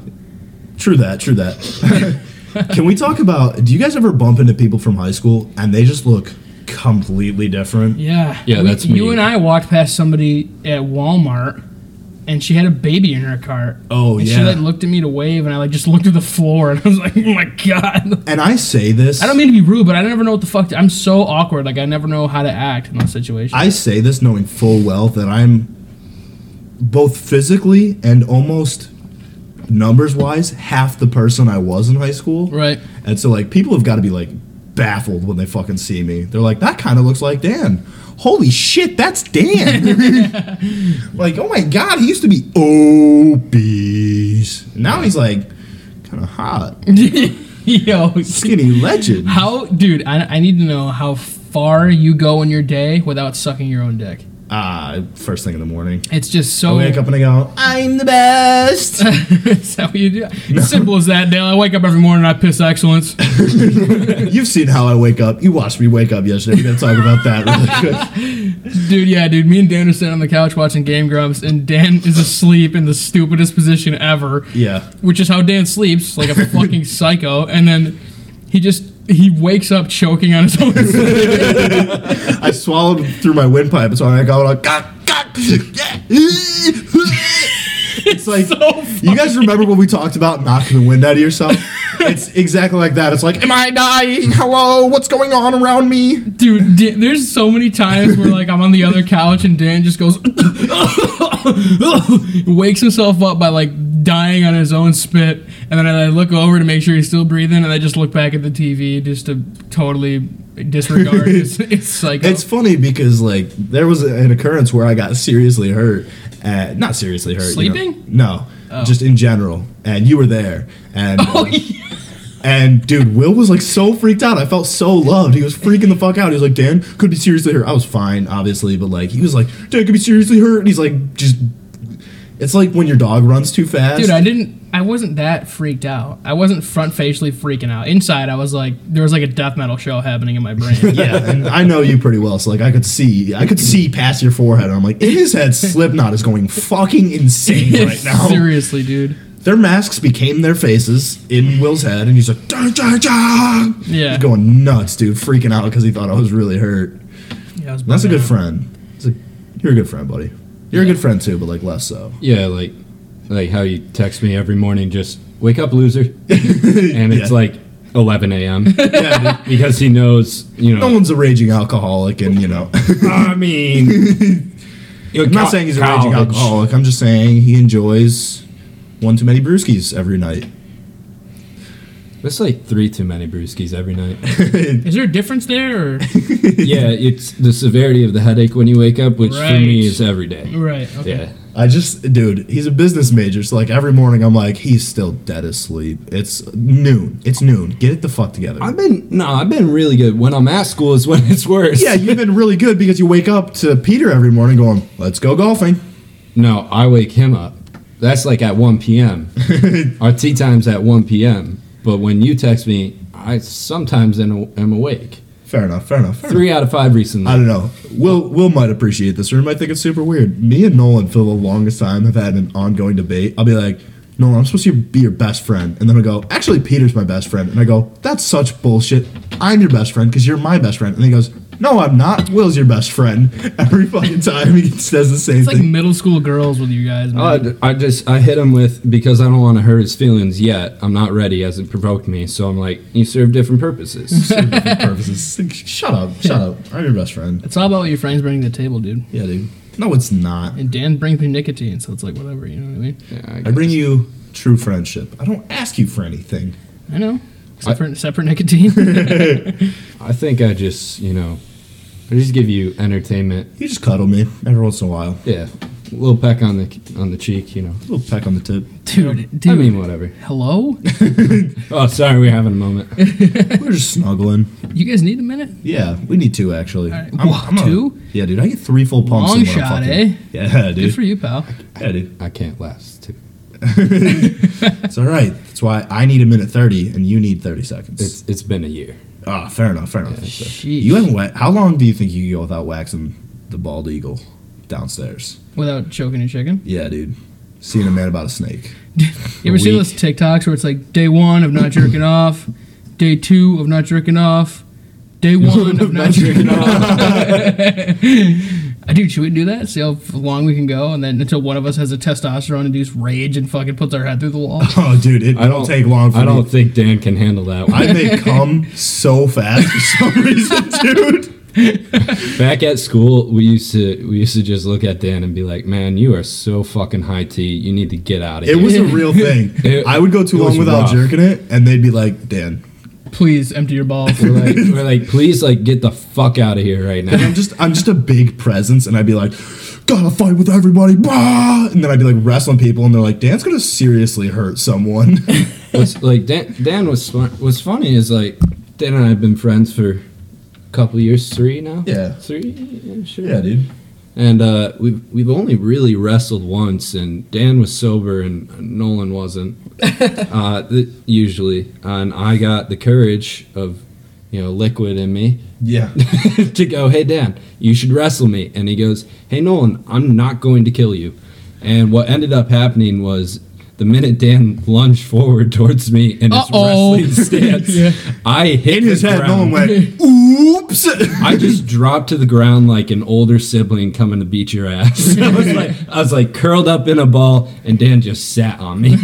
[SPEAKER 1] True that. True that. <laughs> Can we talk about? Do you guys ever bump into people from high school and they just look completely different?
[SPEAKER 3] yeah,
[SPEAKER 2] Yeah,
[SPEAKER 3] We-
[SPEAKER 2] that's
[SPEAKER 3] You
[SPEAKER 2] me.
[SPEAKER 3] and I walked past somebody at Walmart, and she had a baby in her cart.
[SPEAKER 1] Oh,
[SPEAKER 3] and She
[SPEAKER 1] yeah.
[SPEAKER 3] like looked at me to wave, and I like just looked at the floor, and I was like, oh my god.
[SPEAKER 1] And I say this.
[SPEAKER 3] I don't mean to be rude, but I never know what the fuck. To, I'm so awkward. Like I never know how to act in those situations.
[SPEAKER 1] I say this knowing full well that I'm both physically and almost numbers wise half the person I was in high school.
[SPEAKER 3] right. <laughs>
[SPEAKER 1] And so like people have got to be like baffled when they fucking see me. They're like, that kind of looks like Dan. Holy shit, that's Dan. like, oh my god, he used to be obese. Now he's like kind of hot,
[SPEAKER 3] Yo,
[SPEAKER 1] skinny
[SPEAKER 3] <laughs>
[SPEAKER 1] legend.
[SPEAKER 3] how, dude? I, I need to know how far you go in your day without sucking your own dick.
[SPEAKER 1] Ah, first thing in the morning.
[SPEAKER 3] It's just
[SPEAKER 1] I
[SPEAKER 3] so.
[SPEAKER 1] wake up and I go, I'm the best.
[SPEAKER 3] <laughs> Is that what you do? Simple as that, Dale. I wake up every morning. I piss excellence.
[SPEAKER 1] You've seen how I wake up. You watched me wake up yesterday. We're gonna talk about that really quick.
[SPEAKER 3] dude, yeah, dude. Me and Dan are sitting on the couch watching Game Grumps, and Dan is asleep in the stupidest position ever.
[SPEAKER 1] Yeah.
[SPEAKER 3] Which is how Dan sleeps, like a
[SPEAKER 1] <laughs>
[SPEAKER 3] fucking psycho. And then he just he wakes up choking on his
[SPEAKER 1] <laughs>
[SPEAKER 3] own. sleep.
[SPEAKER 1] I swallowed through my windpipe, so I go like, "Gah, gah, yeah, eh, eh." it's like
[SPEAKER 3] so
[SPEAKER 1] you guys remember when we talked about knocking the wind out of yourself? it's exactly like that. It's like, am I dying? Hello, what's going on around me?
[SPEAKER 3] Dude, Dan, there's so many times where like I'm on the other couch and Dan just goes <coughs> wakes himself up by like dying on his own spit, and then I look over to make sure he's still breathing, and I just look back at the TV just to
[SPEAKER 1] <laughs>
[SPEAKER 3] totally disregard. it's, it's like
[SPEAKER 1] It's
[SPEAKER 3] <laughs>
[SPEAKER 1] funny because like there was an occurrence where I got seriously hurt. At, not seriously hurt. you know.
[SPEAKER 3] Sleeping?
[SPEAKER 1] no, just in general. And you were there. And
[SPEAKER 3] Oh,
[SPEAKER 1] uh, and dude, Will was like so freaked out. I felt so loved. He was freaking the fuck out. He was like, Dan could be seriously hurt. I was fine, obviously, but like he was like, Dan could be seriously hurt. And he's like, just. It's like when your dog runs too fast.
[SPEAKER 3] dude, I didn't. I wasn't that freaked out. I wasn't front facially freaking out. Inside, I was like, there was like a death metal show happening in my brain.
[SPEAKER 1] yeah, and I know you pretty well, so like I could see, I could see past your forehead. And I'm like, in his head, Slipknot is going fucking
[SPEAKER 3] <laughs>
[SPEAKER 1] insane <laughs> right now.
[SPEAKER 3] Seriously, dude.
[SPEAKER 1] Their masks became their faces in Will's head, and he's like, "Dun, dun, dun."
[SPEAKER 3] Yeah.
[SPEAKER 1] he's going nuts, dude, freaking out because he thought I was really hurt.
[SPEAKER 3] Yeah, I was
[SPEAKER 1] That's a
[SPEAKER 3] bugging
[SPEAKER 1] good
[SPEAKER 3] out.
[SPEAKER 1] friend. It's a, you're a good friend, buddy. You're a good friend too, but like less so.
[SPEAKER 2] Yeah, like like how you text me every morning, just wake up, loser, <laughs> and <laughs> it's
[SPEAKER 1] Yeah.
[SPEAKER 2] like 11 a.m. <laughs>
[SPEAKER 1] Yeah, dude.
[SPEAKER 2] because he knows, you know.
[SPEAKER 1] no one's a raging alcoholic, and you know, <laughs>
[SPEAKER 2] I mean, <laughs>
[SPEAKER 1] I'm not saying he's a raging alcoholic. I'm just saying he enjoys one too many brewskis every night.
[SPEAKER 2] That's like three too many brewskis every <laughs> night.
[SPEAKER 3] Is there a
[SPEAKER 1] <laughs>
[SPEAKER 3] difference there? Or?
[SPEAKER 2] yeah, it's the severity of the headache when you wake up, which for
[SPEAKER 3] Right.
[SPEAKER 2] me is every day.
[SPEAKER 3] right. Okay.
[SPEAKER 2] Yeah,
[SPEAKER 1] I just, dude, he's a business major, so like every morning I'm like, he's still dead asleep. It's noon. It's noon. Get it the fuck together.
[SPEAKER 2] I've been no, I've been really good. When I'm at school is when it's worse.
[SPEAKER 1] yeah, you've been really good because you wake up to Peter every morning going, let's go golfing.
[SPEAKER 2] No, I wake him up. That's like at
[SPEAKER 1] <laughs>
[SPEAKER 2] 1 p.m. Our tea time's at 1 p.m. But when you text me, I sometimes am am awake.
[SPEAKER 1] Fair enough, fair enough. Fair enough.
[SPEAKER 2] Three out of five recently.
[SPEAKER 1] I don't know. Will Will might appreciate this or he might think it's super weird. Me and Nolan for the longest time have had an ongoing debate. I'll be like, Nolan, I'm supposed to be your best friend. And then I go, actually, Peter's my best friend. And I go, that's such bullshit. I'm your best friend because you're my best friend. And he goes, no, I'm not. Will's your best friend. <laughs> Every fucking time he says the same
[SPEAKER 3] It's like <laughs>
[SPEAKER 1] thing.
[SPEAKER 3] middle school girls with you guys. Man.
[SPEAKER 2] Uh, d- I just I hit him with because I don't want to hurt his feelings yet. I'm not ready. Hasn't provoked me, so I'm like, you serve
[SPEAKER 1] <laughs>
[SPEAKER 2] different purposes.
[SPEAKER 1] Serve different purposes. Like, Shut up. Shut up. I'm your best friend.
[SPEAKER 3] it's all about what your friends bring to the table, dude.
[SPEAKER 1] Yeah, dude. No, it's not.
[SPEAKER 3] And Dan brings me nicotine, so it's like whatever. You know what I mean?
[SPEAKER 2] Yeah,
[SPEAKER 1] I bring you true friendship. I don't ask you for anything.
[SPEAKER 3] I know. Except for, except
[SPEAKER 1] <laughs>
[SPEAKER 3] for nicotine.
[SPEAKER 2] I think I just you know, I just give you entertainment.
[SPEAKER 1] You just cuddle me every once in a while.
[SPEAKER 2] Yeah, a little peck on the on the cheek. You know,
[SPEAKER 1] A little peck on the tip.
[SPEAKER 3] dude, dude.
[SPEAKER 2] I mean whatever.
[SPEAKER 3] hello?
[SPEAKER 2] Oh, sorry, we're having a moment. <laughs>
[SPEAKER 1] We're just snuggling.
[SPEAKER 3] You guys need a minute?
[SPEAKER 1] Yeah, we need two actually.
[SPEAKER 3] All right.
[SPEAKER 1] I'm-
[SPEAKER 3] Whoa,
[SPEAKER 1] I'm a-
[SPEAKER 3] two?
[SPEAKER 1] yeah, dude. I get three full pumps.
[SPEAKER 3] Long
[SPEAKER 1] in one
[SPEAKER 3] shot,
[SPEAKER 1] fucking-
[SPEAKER 3] eh?
[SPEAKER 1] Yeah, dude.
[SPEAKER 3] Good for you, pal.
[SPEAKER 1] Yeah, dude.
[SPEAKER 2] I can't last too.
[SPEAKER 1] It's all right. That's why I need a minute thirty and you need thirty seconds.
[SPEAKER 2] It's it's been a year.
[SPEAKER 1] Ah, fair enough. Fair enough.
[SPEAKER 3] Sheesh.
[SPEAKER 1] You haven't wet. How long do you think you can go without waxing the bald eagle downstairs?
[SPEAKER 3] Without choking your chicken.
[SPEAKER 1] Yeah, dude. Seeing a man about a snake. <laughs>
[SPEAKER 3] You ever seen
[SPEAKER 2] Weak.
[SPEAKER 3] those TikToks where it's like day one of <coughs> not jerking off, day two of not jerking off, <laughs> day one of not jerking off? Uh, Dude, should we do that? See how f- long we can go, and then until one of us has a testosterone-induced rage and fucking puts our head through the <laughs> wall.
[SPEAKER 1] Oh, dude. It
[SPEAKER 2] I
[SPEAKER 1] don't, take long. For
[SPEAKER 2] I
[SPEAKER 1] me.
[SPEAKER 2] don't think Dan can handle that. One.
[SPEAKER 1] I may come so fast for
[SPEAKER 3] <laughs>
[SPEAKER 1] some reason, dude.
[SPEAKER 2] Back at school, we used to we used to just look at Dan and be like, "Man, you are so fucking high T. You need to get out of
[SPEAKER 1] It
[SPEAKER 2] here."
[SPEAKER 1] was a real thing.
[SPEAKER 2] It-
[SPEAKER 1] I would go too
[SPEAKER 2] it was
[SPEAKER 1] long without
[SPEAKER 2] rough.
[SPEAKER 1] jerking it, and they'd be like, "Dan,
[SPEAKER 3] Please empty your balls.
[SPEAKER 2] we're like, we're like, please, like, get the fuck out of here right now.
[SPEAKER 1] <laughs> I'm just I'm just a big presence, and I'd be like, gotta fight with everybody, bah! and then I'd be like wrestling people, and they're like, Dan's gonna seriously hurt someone.
[SPEAKER 2] What's like Dan? Dan was smart. What's funny is like Dan and I have been friends for a couple years, three now.
[SPEAKER 1] Yeah.
[SPEAKER 2] three. Yeah, sure.
[SPEAKER 1] <laughs> yeah, dude.
[SPEAKER 2] And uh, we've we've only really wrestled once, and Dan was sober and Nolan
[SPEAKER 3] <laughs>
[SPEAKER 2] wasn't uh, th- usually. And I got the courage of you know liquid in me <laughs>
[SPEAKER 1] Yeah,
[SPEAKER 2] to go, hey Dan, you should wrestle me. And he goes, hey Nolan, I'm not going to kill you. And what ended up happening was the minute Dan lunged forward <laughs> towards me in his
[SPEAKER 3] Uh-oh.
[SPEAKER 2] wrestling
[SPEAKER 3] <laughs>
[SPEAKER 2] stance,
[SPEAKER 3] Yeah.
[SPEAKER 2] I hit
[SPEAKER 1] in his
[SPEAKER 2] the
[SPEAKER 1] head, Nolan
[SPEAKER 2] ground.
[SPEAKER 1] went, <laughs> "Oops."
[SPEAKER 2] I just dropped to the ground like an older sibling coming to beat your ass. I was like, I was like curled up in a ball, and Dan just sat on me.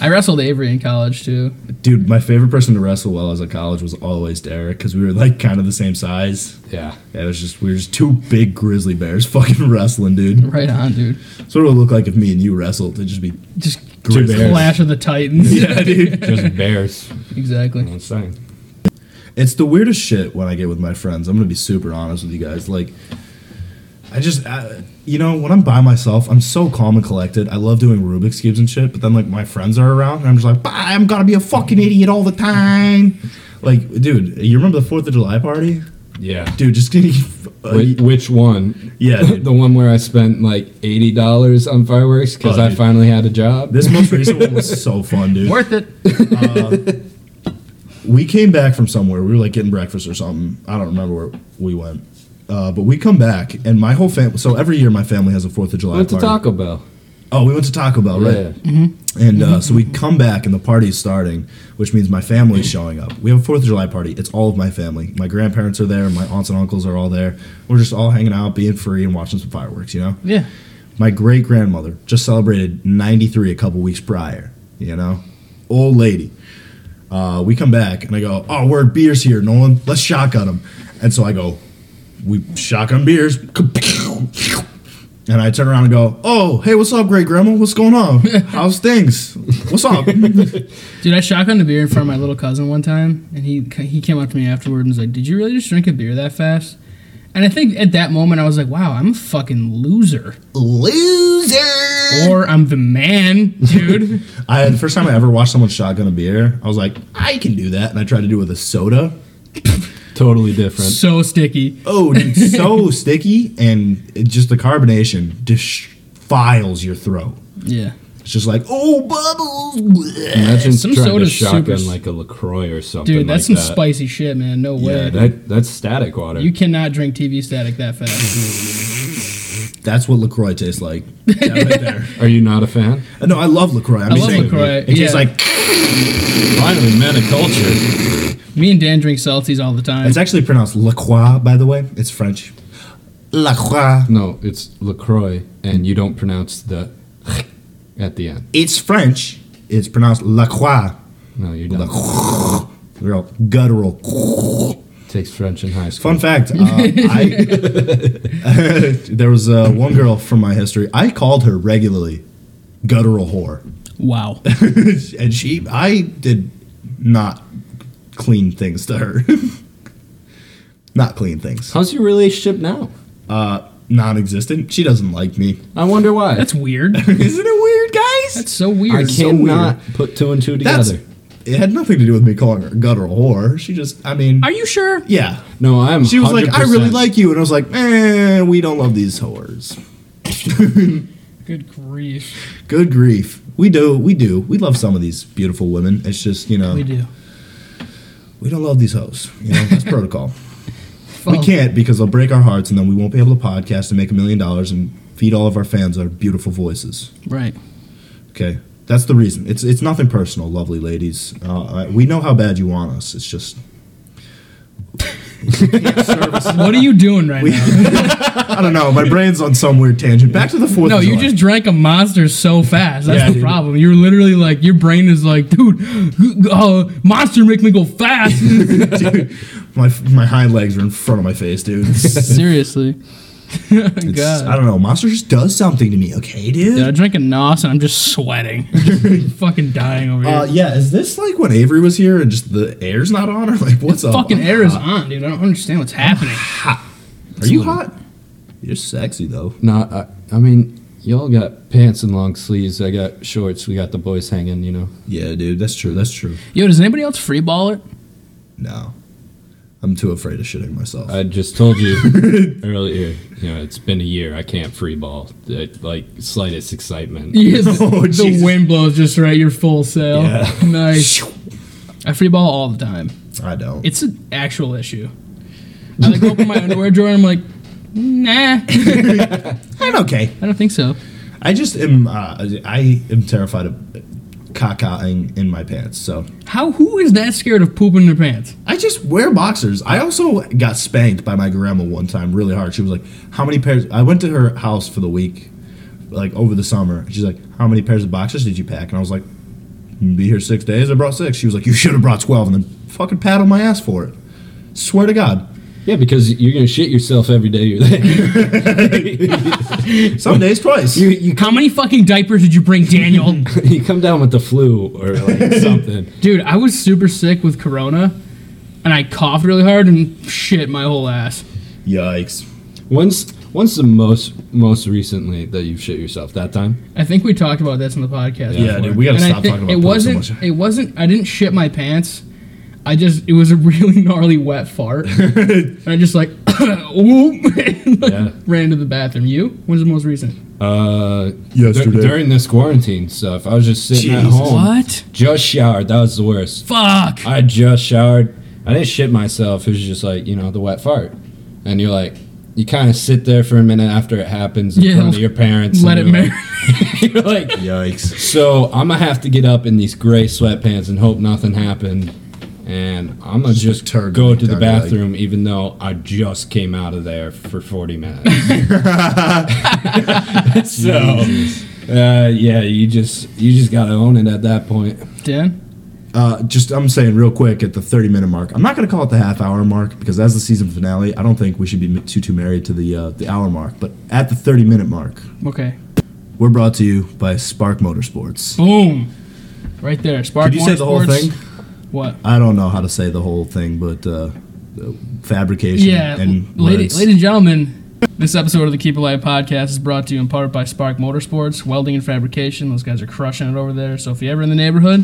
[SPEAKER 3] I wrestled Avery in college too.
[SPEAKER 1] Dude, my favorite person to wrestle while I was at college was always Derek because we were like kind of the same size.
[SPEAKER 2] Yeah.
[SPEAKER 1] Yeah, it was just we were just two big grizzly bears <laughs> fucking wrestling, dude.
[SPEAKER 3] Right on, dude.
[SPEAKER 1] So what it would look like if me and you wrestled. It'd just be
[SPEAKER 3] Just
[SPEAKER 1] Two bears.
[SPEAKER 3] Clash of the <laughs> Titans.
[SPEAKER 1] yeah, dude.
[SPEAKER 2] Just bears.
[SPEAKER 3] exactly.
[SPEAKER 2] One second.
[SPEAKER 1] It's the weirdest shit when I get with my friends. I'm gonna be super honest with you guys. Like, I just, I, you know, when I'm by myself, I'm so calm and collected. I love doing Rubik's cubes and shit. But then like my friends are around, and I'm just like, "Bah, I'm gonna be a fucking idiot all the time. Like, dude, you remember the Fourth of July party?
[SPEAKER 2] Yeah.
[SPEAKER 1] Dude, just getting, uh,
[SPEAKER 2] Wh- which one?
[SPEAKER 1] yeah. dude.
[SPEAKER 2] the one where I spent like eighty dollars on fireworks because
[SPEAKER 1] Oh,
[SPEAKER 2] I
[SPEAKER 1] dude.
[SPEAKER 2] finally had a job.
[SPEAKER 1] This
[SPEAKER 2] <laughs>
[SPEAKER 1] most recent one was so fun, dude. Uh,
[SPEAKER 3] Worth it.
[SPEAKER 1] we came back from somewhere. We were like getting breakfast or something. I don't remember where we went. Uh, but we come back, and my whole family. So every year, my family has a Fourth of July
[SPEAKER 2] I went to
[SPEAKER 1] party.
[SPEAKER 2] Taco Bell.
[SPEAKER 1] oh, we went to Taco Bell,
[SPEAKER 2] Yeah.
[SPEAKER 1] right? And uh, so we come back, and the party's starting, which means my family's showing up. We have a Fourth of July party. It's all of my family. My grandparents are there. My aunts and uncles are all there. We're just all hanging out, being free, and watching some fireworks. You know.
[SPEAKER 3] Yeah.
[SPEAKER 1] My great grandmother just celebrated 93 a couple weeks prior, you know? Old lady. Uh, we come back and I go, oh, we're at beers here, Nolan. Let's shotgun them. And so I go, we shotgun beers. And I turn around and go, oh, hey, what's up, great grandma? What's going on? How's things? What's up?
[SPEAKER 3] Dude, I shotgunned a beer in front of my little cousin one time, and he he came up to me afterward and was like, "Did you really just drink a beer that fast?" And I think at that moment I was like, "Wow, I'm a fucking loser,
[SPEAKER 1] Loser.
[SPEAKER 3] or I'm the man, dude."
[SPEAKER 1] I, the first time I ever watched someone shotgun a beer, I was like, I can do that. And I tried to do it with a soda.
[SPEAKER 2] Totally different.
[SPEAKER 3] so sticky.
[SPEAKER 1] Oh,
[SPEAKER 3] <laughs>
[SPEAKER 1] dude, so sticky, and it, just the carbonation defiles your throat.
[SPEAKER 3] Yeah.
[SPEAKER 1] It's just like, oh, bubbles. bleh."
[SPEAKER 2] Imagine
[SPEAKER 3] Some
[SPEAKER 2] trying to
[SPEAKER 3] soda's super
[SPEAKER 2] shotgun
[SPEAKER 3] s-
[SPEAKER 2] like a Lacroix or something.
[SPEAKER 3] Dude, that's
[SPEAKER 2] like
[SPEAKER 3] some
[SPEAKER 2] that.
[SPEAKER 3] spicy shit, man. No
[SPEAKER 2] Yeah,
[SPEAKER 3] way.
[SPEAKER 2] that that's static water.
[SPEAKER 3] you cannot drink TV static that fast.
[SPEAKER 1] That's what LaCroix tastes like.
[SPEAKER 3] <laughs>
[SPEAKER 1] That right there.
[SPEAKER 2] Are you not a fan?
[SPEAKER 1] Uh, No, I love LaCroix. I'm
[SPEAKER 3] I
[SPEAKER 1] just
[SPEAKER 3] love
[SPEAKER 1] saying,
[SPEAKER 3] LaCroix,
[SPEAKER 1] It tastes
[SPEAKER 3] yeah.
[SPEAKER 1] like,
[SPEAKER 2] Finally, men of culture.
[SPEAKER 3] Me and Dan drink salties all the time.
[SPEAKER 1] it's actually pronounced LaCroix, by the way. It's French. LaCroix.
[SPEAKER 2] No, it's Lacroix, and you don't pronounce the <laughs> at the end.
[SPEAKER 1] It's French. It's pronounced LaCroix.
[SPEAKER 2] No, you don't.
[SPEAKER 1] Real guttural.
[SPEAKER 2] Takes French in high school.
[SPEAKER 1] Fun fact,
[SPEAKER 3] <laughs>
[SPEAKER 1] uh, I, <laughs> there was uh, one girl from my history. I called her regularly guttural whore.
[SPEAKER 3] wow.
[SPEAKER 1] <laughs> and she, I did not clean things to her. <laughs> not clean things.
[SPEAKER 2] How's your relationship now?
[SPEAKER 1] Uh, non existent. She doesn't like me. <laughs>
[SPEAKER 2] I wonder why.
[SPEAKER 3] That's weird.
[SPEAKER 1] Isn't it weird, guys?
[SPEAKER 3] That's so weird.
[SPEAKER 2] I
[SPEAKER 1] so
[SPEAKER 2] cannot put two and two
[SPEAKER 1] That's-
[SPEAKER 2] together.
[SPEAKER 1] it had nothing to do with me calling her a guttural whore. She just, I mean,
[SPEAKER 3] Are you sure?
[SPEAKER 1] yeah.
[SPEAKER 2] no, I'm.
[SPEAKER 1] She was like, I really
[SPEAKER 2] 100%
[SPEAKER 1] like you. And I was like, eh, we don't love these whores.
[SPEAKER 3] Good grief.
[SPEAKER 1] Good grief. We do. We do. We love some of these beautiful women. It's just, you know,
[SPEAKER 3] We do.
[SPEAKER 1] we don't love these hoes. You know,
[SPEAKER 3] <laughs>
[SPEAKER 1] that's protocol. We can't because they'll break our hearts and then we won't be able to podcast and make a million dollars and feed all of our fans our beautiful voices.
[SPEAKER 3] Right.
[SPEAKER 1] Okay. That's the reason. It's it's nothing personal, lovely ladies. Uh, I- we know how bad you want us. It's just
[SPEAKER 3] What are you doing right now?
[SPEAKER 1] I don't know. My brain's on some weird tangent. Back to the fourth.
[SPEAKER 3] No,
[SPEAKER 1] of
[SPEAKER 3] you
[SPEAKER 1] July.
[SPEAKER 3] just drank a monster so fast. That's
[SPEAKER 1] Yeah,
[SPEAKER 3] the
[SPEAKER 1] dude.
[SPEAKER 3] problem. You're literally like your brain is like, dude, uh, monster make me
[SPEAKER 1] <laughs>
[SPEAKER 3] go fast.
[SPEAKER 1] my my hind legs are in front of my face, dude.
[SPEAKER 3] <laughs>
[SPEAKER 1] It's-
[SPEAKER 3] Seriously,
[SPEAKER 1] I
[SPEAKER 3] God,
[SPEAKER 1] don't know. Monster just does something to me. Okay, dude.
[SPEAKER 3] dude, I drank a nos and I'm just <laughs> sweating, Just fucking dying over here.
[SPEAKER 1] Uh, yeah, is this like when Avery was here and just the air's not on, <laughs> or like what's up?
[SPEAKER 3] fucking
[SPEAKER 1] I'm
[SPEAKER 3] air is
[SPEAKER 1] hot.
[SPEAKER 3] on, dude. I don't understand what's happening.
[SPEAKER 1] Are you hot? You're sexy though.
[SPEAKER 2] No, I, uh, I mean, y'all got pants and long sleeves. I got shorts. We got the boys hanging, you know.
[SPEAKER 1] Yeah, dude, that's true. That's true.
[SPEAKER 3] Yo, does anybody else free ball <laughs> it?
[SPEAKER 1] No, I'm too afraid of shitting myself.
[SPEAKER 2] I just
[SPEAKER 1] <laughs>
[SPEAKER 2] told you earlier, you know, it's been a year. I can't free ball. Uh, Like, slightest excitement.
[SPEAKER 3] Yes.
[SPEAKER 1] <laughs> Oh,
[SPEAKER 3] the
[SPEAKER 1] Jesus.
[SPEAKER 3] wind blows just right. You're full sail. <laughs>
[SPEAKER 1] Yeah.
[SPEAKER 3] Nice. I free ball all the time.
[SPEAKER 1] I don't.
[SPEAKER 3] It's an actual issue. I like open <laughs> my underwear drawer and I'm like, nah, I
[SPEAKER 1] I'm okay.
[SPEAKER 3] don't think so.
[SPEAKER 1] I just am. Uh, I am terrified of cacaing in my pants. So
[SPEAKER 3] How? Who is that scared of pooping their pants?
[SPEAKER 1] I just wear boxers. I also got spanked by my grandma one time really hard. She was like, "How many pairs?" I went to her house for the week, like over the summer. She's like, "How many pairs of boxers did you pack?" And I was like, "You be here six days. I brought six. She was like, you should have brought twelve, and then fucking paddle my ass for it. Swear to God.
[SPEAKER 2] Yeah, because you're gonna shit yourself every day <laughs> you're there.
[SPEAKER 1] Some days twice.
[SPEAKER 2] you, you
[SPEAKER 3] How many fucking diapers did you
[SPEAKER 1] <laughs>
[SPEAKER 3] bring, Daniel?
[SPEAKER 2] <laughs> you come down with the flu or like something.
[SPEAKER 3] Dude, I was super sick with corona, and I coughed really hard and shit my whole ass.
[SPEAKER 1] Yikes.
[SPEAKER 2] When's when's the most most recently that you've shit yourself? That time?
[SPEAKER 3] I think we talked about this in the podcast.
[SPEAKER 1] Yeah,
[SPEAKER 3] before.
[SPEAKER 1] dude, we gotta
[SPEAKER 3] And I
[SPEAKER 1] stop
[SPEAKER 3] think
[SPEAKER 1] talking about
[SPEAKER 3] it.
[SPEAKER 1] porn so
[SPEAKER 3] Wasn't
[SPEAKER 1] much.
[SPEAKER 3] it? Wasn't I didn't shit my pants. I just it was a <laughs> really gnarly wet
[SPEAKER 1] <laughs>
[SPEAKER 3] fart, and I just like, <coughs> whoop, <laughs> and like,
[SPEAKER 2] Yeah.
[SPEAKER 3] ran to the bathroom. You? When's the most recent?
[SPEAKER 2] Uh,
[SPEAKER 1] Yesterday.
[SPEAKER 2] dur- during this quarantine stuff, I was just sitting at
[SPEAKER 1] Jesus.
[SPEAKER 2] home. Just showered. That was the worst.
[SPEAKER 3] Fuck.
[SPEAKER 2] I just showered. I didn't shit myself. It was just like you know the wet fart, and you're like you kind of sit there for a minute after it happens in
[SPEAKER 3] Yeah,
[SPEAKER 2] front of your parents.
[SPEAKER 3] Let it
[SPEAKER 2] and you're
[SPEAKER 3] marinate.
[SPEAKER 2] like- <laughs> you're like,
[SPEAKER 1] Yikes.
[SPEAKER 2] so I'm gonna have to get up in these gray sweatpants and hope nothing happened, and I'm gonna just
[SPEAKER 1] turd
[SPEAKER 2] go
[SPEAKER 1] running
[SPEAKER 2] to the
[SPEAKER 1] down your leg.
[SPEAKER 2] bathroom even though I just came out of there for 40 minutes. <laughs> so, uh, yeah, you just you just gotta own it at that point.
[SPEAKER 3] Dan.
[SPEAKER 1] Uh, just I'm saying real quick at the 30 minute mark. I'm not going to call it the half hour mark because as the season finale, I don't think we should be too too married to the uh, the hour mark. But at the 30 minute mark,
[SPEAKER 3] Okay.
[SPEAKER 1] we're brought to you by Spark Motorsports.
[SPEAKER 3] Boom. Right there. Spark.
[SPEAKER 1] Did you say the whole
[SPEAKER 3] Motorsports.
[SPEAKER 1] thing?
[SPEAKER 3] What?
[SPEAKER 1] I don't know how to say the whole thing, but uh, uh, fabrication
[SPEAKER 3] Yeah,
[SPEAKER 1] and
[SPEAKER 3] lady-
[SPEAKER 1] words.
[SPEAKER 3] ladies and gentlemen, this episode of the Keep Alive podcast is brought to you in part by Spark Motorsports Welding and Fabrication. Those guys are crushing it over there. So if you're ever in the neighborhood,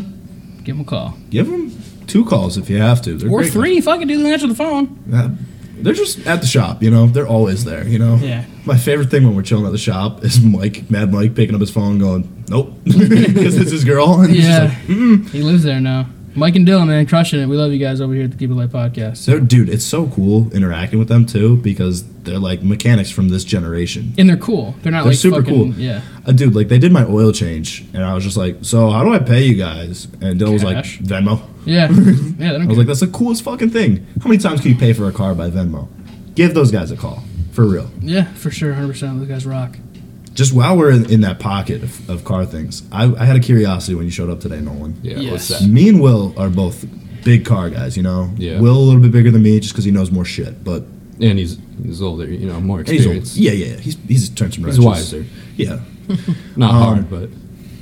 [SPEAKER 3] give them a call
[SPEAKER 1] Give them two calls if you have to. They're
[SPEAKER 3] or
[SPEAKER 1] great
[SPEAKER 3] three. If I could do the answer to the phone,
[SPEAKER 1] guys. Uh, they're just at the shop, you know. They're always there, you know.
[SPEAKER 3] Yeah.
[SPEAKER 1] My favorite thing when we're chilling at the shop is Mike, Mad Mike, picking up his phone, and going, "Nope," <laughs> because it's his girl. And he's just
[SPEAKER 3] yeah,
[SPEAKER 1] like, mm-hmm.
[SPEAKER 3] he lives there now. Mike and Dylan, man, crushing it. We love you guys over here at the Keep Alive podcast.
[SPEAKER 1] They're, dude, it's so cool interacting with them too because they're like mechanics from this generation.
[SPEAKER 3] And they're cool. They're not
[SPEAKER 1] They're
[SPEAKER 3] like
[SPEAKER 1] super
[SPEAKER 3] fucking-
[SPEAKER 1] cool.
[SPEAKER 3] Yeah,
[SPEAKER 1] Uh, dude, like they did my oil change, and I was just like, "So how do I pay you guys?" And Dylan was like,
[SPEAKER 3] Cash.
[SPEAKER 1] "Venmo." <laughs>
[SPEAKER 3] yeah, yeah. They
[SPEAKER 1] I
[SPEAKER 3] don't
[SPEAKER 1] was
[SPEAKER 3] care.
[SPEAKER 1] like, "That's the coolest fucking thing." How many times can you pay for a car by Venmo? Give those guys a call for real.
[SPEAKER 3] yeah, for sure, hundred percent. Those guys rock.
[SPEAKER 1] Just while we're in, in that pocket of, of car things, I, I had a curiosity when you showed up today, Nolan.
[SPEAKER 2] Yeah,
[SPEAKER 3] Yes.
[SPEAKER 2] what's that?
[SPEAKER 1] Me and Will are both big car guys, you know.
[SPEAKER 2] Yeah.
[SPEAKER 1] Will a little bit bigger than me just because he knows more shit, but
[SPEAKER 2] And he's he's older, you know, more
[SPEAKER 1] and he's old.
[SPEAKER 2] experienced.
[SPEAKER 1] Yeah, yeah, yeah. He's he's turned some
[SPEAKER 2] He's
[SPEAKER 1] wrenches.
[SPEAKER 2] wiser.
[SPEAKER 1] Yeah.
[SPEAKER 2] Not
[SPEAKER 1] Um,
[SPEAKER 2] hard, but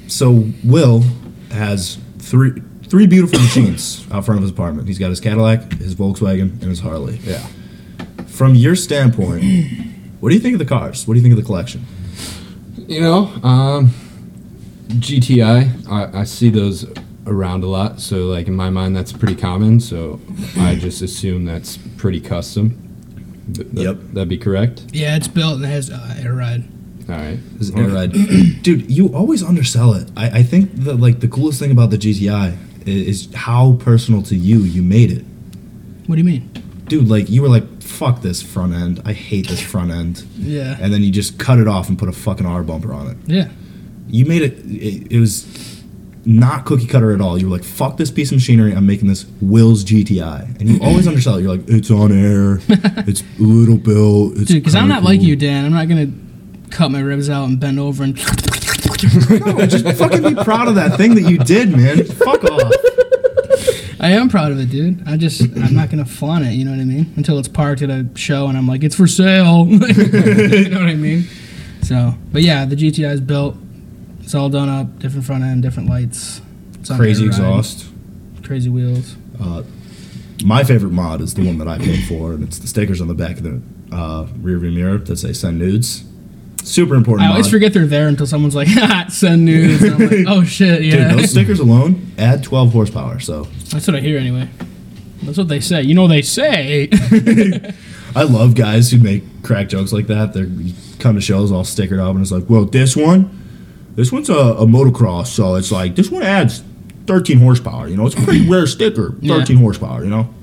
[SPEAKER 1] So Will has three three beautiful machines out front of his apartment. He's got his Cadillac, his Volkswagen, and his Harley.
[SPEAKER 2] yeah.
[SPEAKER 1] From your standpoint, what do you think of the cars? What do you think of the collection?
[SPEAKER 2] You know, um, GTI, I, I see those around a lot. So, like, in my mind, that's pretty common. So,
[SPEAKER 1] <laughs>
[SPEAKER 2] I just assume that's pretty custom. Th- th-
[SPEAKER 1] Yep.
[SPEAKER 2] That'd be correct.
[SPEAKER 3] Yeah, it's built and it has uh, air ride.
[SPEAKER 2] All right.
[SPEAKER 1] His air ride.
[SPEAKER 3] <clears throat>
[SPEAKER 1] Dude, you always undersell it. I, I think that like the coolest thing about the GTI i- is, is how personal to you you made it.
[SPEAKER 3] What do you mean?
[SPEAKER 1] Dude, like you were like, fuck this front end. I hate this front end.
[SPEAKER 3] Yeah,
[SPEAKER 1] And then you just cut it off and put a fucking R bumper on it.
[SPEAKER 3] yeah.
[SPEAKER 1] you made it, it it was not cookie cutter at all you were like fuck this piece of machinery i'm making this will's gti and you
[SPEAKER 3] <laughs>
[SPEAKER 1] always undersell it you're like it's on air it's little bill it's
[SPEAKER 3] Dude, because I'm
[SPEAKER 1] kinda
[SPEAKER 3] not like
[SPEAKER 1] cool."
[SPEAKER 3] you, Dan. I'm not gonna cut my ribs out and bend over and. <laughs>
[SPEAKER 1] no, just fucking be proud of that thing that you did man
[SPEAKER 3] <laughs>
[SPEAKER 1] fuck off
[SPEAKER 3] I am proud of it, dude. I just I'm not gonna flaunt it. You know what I mean? Until it's parked at a show and I'm like, it's for sale. <laughs> you know what I mean? So, but yeah, the GTI is built. It's all done up. Different front end, different lights. It's on
[SPEAKER 1] crazy
[SPEAKER 3] air ride,
[SPEAKER 1] exhaust
[SPEAKER 3] Crazy wheels.
[SPEAKER 1] my favorite mod is the one that i paid for and it's the stickers on the back of the uh, rear view mirror that say send nudes super important
[SPEAKER 3] I always
[SPEAKER 1] mod.
[SPEAKER 3] forget they're there until someone's like, <laughs> "Ha, send news. And
[SPEAKER 1] <laughs>
[SPEAKER 3] I'm like, oh shit,
[SPEAKER 1] Dude,
[SPEAKER 3] yeah.
[SPEAKER 1] those stickers alone add 12 horsepower so
[SPEAKER 3] That's what I hear anyway. That's what they say. You know they say. <laughs>
[SPEAKER 1] I love guys who make crack jokes like that. They come to shows all stickered up, and it's like, well, this one, this one's a, a motocross, so it's like this one adds 13 horsepower. You know, it's a pretty rare sticker, 13
[SPEAKER 3] Yeah.
[SPEAKER 1] horsepower. You know,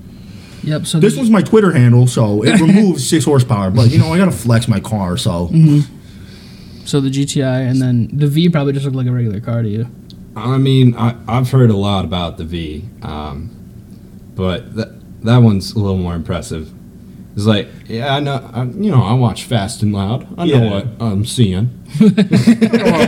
[SPEAKER 3] yep. So
[SPEAKER 1] this one's my Twitter handle, so
[SPEAKER 3] <laughs>
[SPEAKER 1] it removes six horsepower. But you know, I gotta flex my car, so
[SPEAKER 3] So the GTI and then the V probably just looked like a regular car to you.
[SPEAKER 2] I mean, I, I've heard a lot about the V, um, but that that one's a little more impressive. It's like, yeah, I know, I, you know, I watch Fast and Loud. I know
[SPEAKER 1] Yeah.
[SPEAKER 2] what I'm seeing.
[SPEAKER 4] know what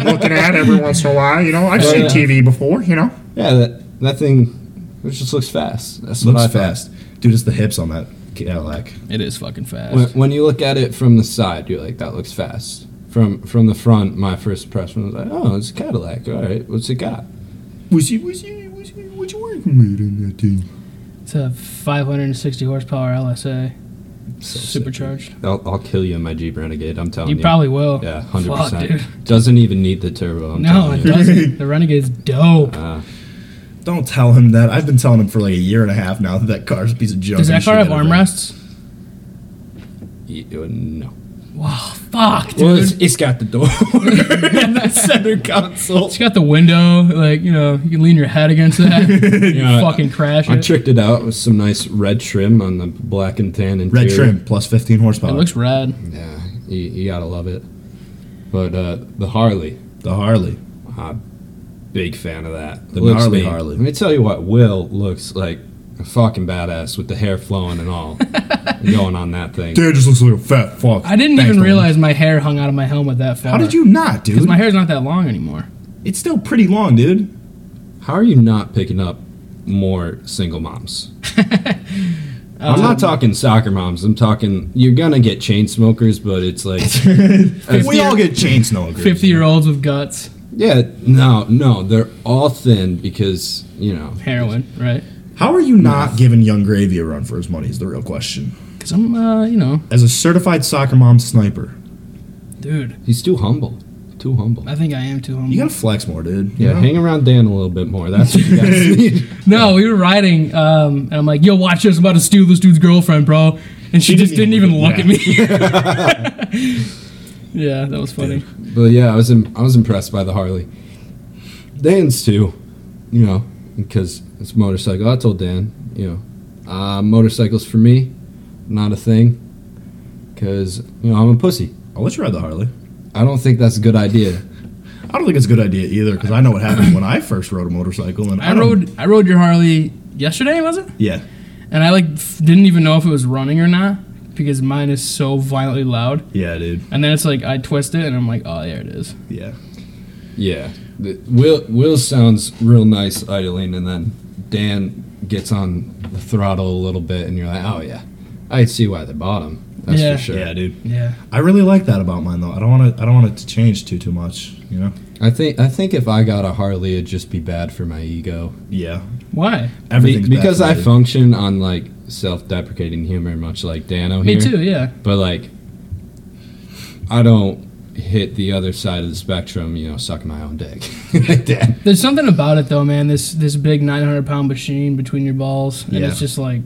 [SPEAKER 4] I'm looking at every once in a while. You know, I've seen
[SPEAKER 2] yeah.
[SPEAKER 4] TV before. You know,
[SPEAKER 2] Yeah, that, that thing it just looks fast. That's what I
[SPEAKER 1] Looks
[SPEAKER 2] thought.
[SPEAKER 1] fast, dude. It's the hips on that uh, Cadillac.
[SPEAKER 3] It is fucking fast.
[SPEAKER 2] When, when you look at it from the side, you're like, that looks fast. From from the front, my first impression was like, oh, it's a Cadillac. All right, what's it got?
[SPEAKER 1] Was you was you was you what you working with in that thing?
[SPEAKER 3] It's a 560 horsepower LSA,
[SPEAKER 2] So sick, dude.
[SPEAKER 3] supercharged.
[SPEAKER 2] I'll, I'll kill you in my Jeep Renegade. I'm telling
[SPEAKER 3] You
[SPEAKER 2] you.
[SPEAKER 3] probably will.
[SPEAKER 2] yeah, hundred
[SPEAKER 3] Fuck, dude.
[SPEAKER 2] percent. Doesn't even need the turbo. I'm
[SPEAKER 3] No,
[SPEAKER 2] telling
[SPEAKER 3] it
[SPEAKER 2] you. <laughs>
[SPEAKER 3] doesn't. The Renegade's dope.
[SPEAKER 2] Uh,
[SPEAKER 1] Don't tell him that. I've been telling him for like a year and a half now that that car's a piece of junk.
[SPEAKER 3] Does
[SPEAKER 1] and
[SPEAKER 3] that
[SPEAKER 1] he
[SPEAKER 3] car
[SPEAKER 1] should
[SPEAKER 3] have
[SPEAKER 1] get it.
[SPEAKER 3] armrests?
[SPEAKER 2] y- uh, no.
[SPEAKER 3] Wow, fuck, dude.
[SPEAKER 2] Well, it's, it's got the door <laughs>
[SPEAKER 3] <laughs>
[SPEAKER 2] in the center console.
[SPEAKER 3] it's got the window, like you know, you can lean your head
[SPEAKER 2] <laughs>
[SPEAKER 3] against that. you
[SPEAKER 2] Yeah,
[SPEAKER 3] fucking crash
[SPEAKER 2] I
[SPEAKER 3] it.
[SPEAKER 2] tricked it out with some nice red trim on the black and tan interior.
[SPEAKER 1] Red trim plus 15 horsepower.
[SPEAKER 3] it looks rad.
[SPEAKER 2] Yeah, you, you gotta love it. But uh, the Harley,
[SPEAKER 1] the Harley.
[SPEAKER 2] big fan of that.
[SPEAKER 1] The
[SPEAKER 2] Looks
[SPEAKER 1] gnarly
[SPEAKER 2] mean.
[SPEAKER 1] Harley.
[SPEAKER 2] Let me tell you what, Will looks like a fucking badass with the hair flowing
[SPEAKER 1] <laughs>
[SPEAKER 2] and all going on that thing.
[SPEAKER 1] Dad just looks like a fat fuck.
[SPEAKER 3] I didn't
[SPEAKER 1] Thanks,
[SPEAKER 3] even
[SPEAKER 1] Dylan.
[SPEAKER 3] realize my hair hung out of my helmet that far.
[SPEAKER 1] How did you not, dude?
[SPEAKER 3] Because my hair's not that long anymore.
[SPEAKER 1] it's still pretty long, dude.
[SPEAKER 2] How are you not picking up more
[SPEAKER 1] <laughs>
[SPEAKER 2] single moms? I'm
[SPEAKER 1] Um,
[SPEAKER 2] not talking soccer moms. I'm talking you're gonna get chain smokers, but
[SPEAKER 1] <laughs>
[SPEAKER 2] it's like
[SPEAKER 1] we all get chain smokers.
[SPEAKER 3] Fifty-year-olds with guts,
[SPEAKER 2] <laughs> yeah, no, no, they're all thin because you know
[SPEAKER 3] heroin, right?
[SPEAKER 1] How are you not giving Young Gravy a run for his money? Is the real question.
[SPEAKER 3] Because I'm, uh, you know,
[SPEAKER 1] As a certified soccer mom sniper,
[SPEAKER 3] dude.
[SPEAKER 2] he's too humble, too humble.
[SPEAKER 3] I think I am too humble.
[SPEAKER 1] you gotta flex more, dude. you
[SPEAKER 2] Yeah,
[SPEAKER 1] know?
[SPEAKER 2] hang around Dan a little bit more. That's what
[SPEAKER 1] <laughs>
[SPEAKER 2] you guys need.
[SPEAKER 3] No, we were riding, um, and I'm like, "Yo, watch this! I'm about to steal this dude's girlfriend, bro." And she, just didn't even look at me. <laughs> yeah, that was funny.
[SPEAKER 2] But yeah, I was Im- I was impressed by the Harley. Dan's too, you know, because it's a motorcycle. I told Dan, you know, uh, motorcycles for me, not a thing, because you know I'm a pussy.
[SPEAKER 1] I'll let you ride the Harley.
[SPEAKER 2] I don't think that's a good idea.
[SPEAKER 1] I don't think it's a good idea either because I know what happened when I first rode a motorcycle and I,
[SPEAKER 3] I
[SPEAKER 1] don't-
[SPEAKER 3] rode, I rode your Harley yesterday, was it?
[SPEAKER 1] Yeah,
[SPEAKER 3] And I like f- didn't even know if it was running or not because mine is so violently loud.
[SPEAKER 1] yeah, dude.
[SPEAKER 3] And then it's like I twist it, and I'm like, "Oh, there it is."
[SPEAKER 1] Yeah,
[SPEAKER 2] Yeah, The- Will Will sounds real nice idling, and then Dan gets on the throttle a little bit, and you're like, oh yeah, I see why they bought him. That's
[SPEAKER 3] Yeah.
[SPEAKER 2] for sure.
[SPEAKER 1] yeah, dude.
[SPEAKER 3] Yeah.
[SPEAKER 1] I really like that about mine though. I don't want to. I don't want it to change too too much. You know.
[SPEAKER 2] I think I think if I got a Harley, it'd just be bad for my ego.
[SPEAKER 1] Yeah.
[SPEAKER 3] Why?
[SPEAKER 1] Everything's
[SPEAKER 2] Be- because I
[SPEAKER 1] backloaded.
[SPEAKER 2] function on like self-deprecating humor, much like Dano
[SPEAKER 3] Me
[SPEAKER 2] here.
[SPEAKER 3] too. Yeah.
[SPEAKER 2] But like, I don't hit the other side of the spectrum. You know, suck my own dick <laughs> like that.
[SPEAKER 3] There's something about it though, man. This this big 900 pound machine between your balls, and
[SPEAKER 1] Yeah.
[SPEAKER 3] it's just like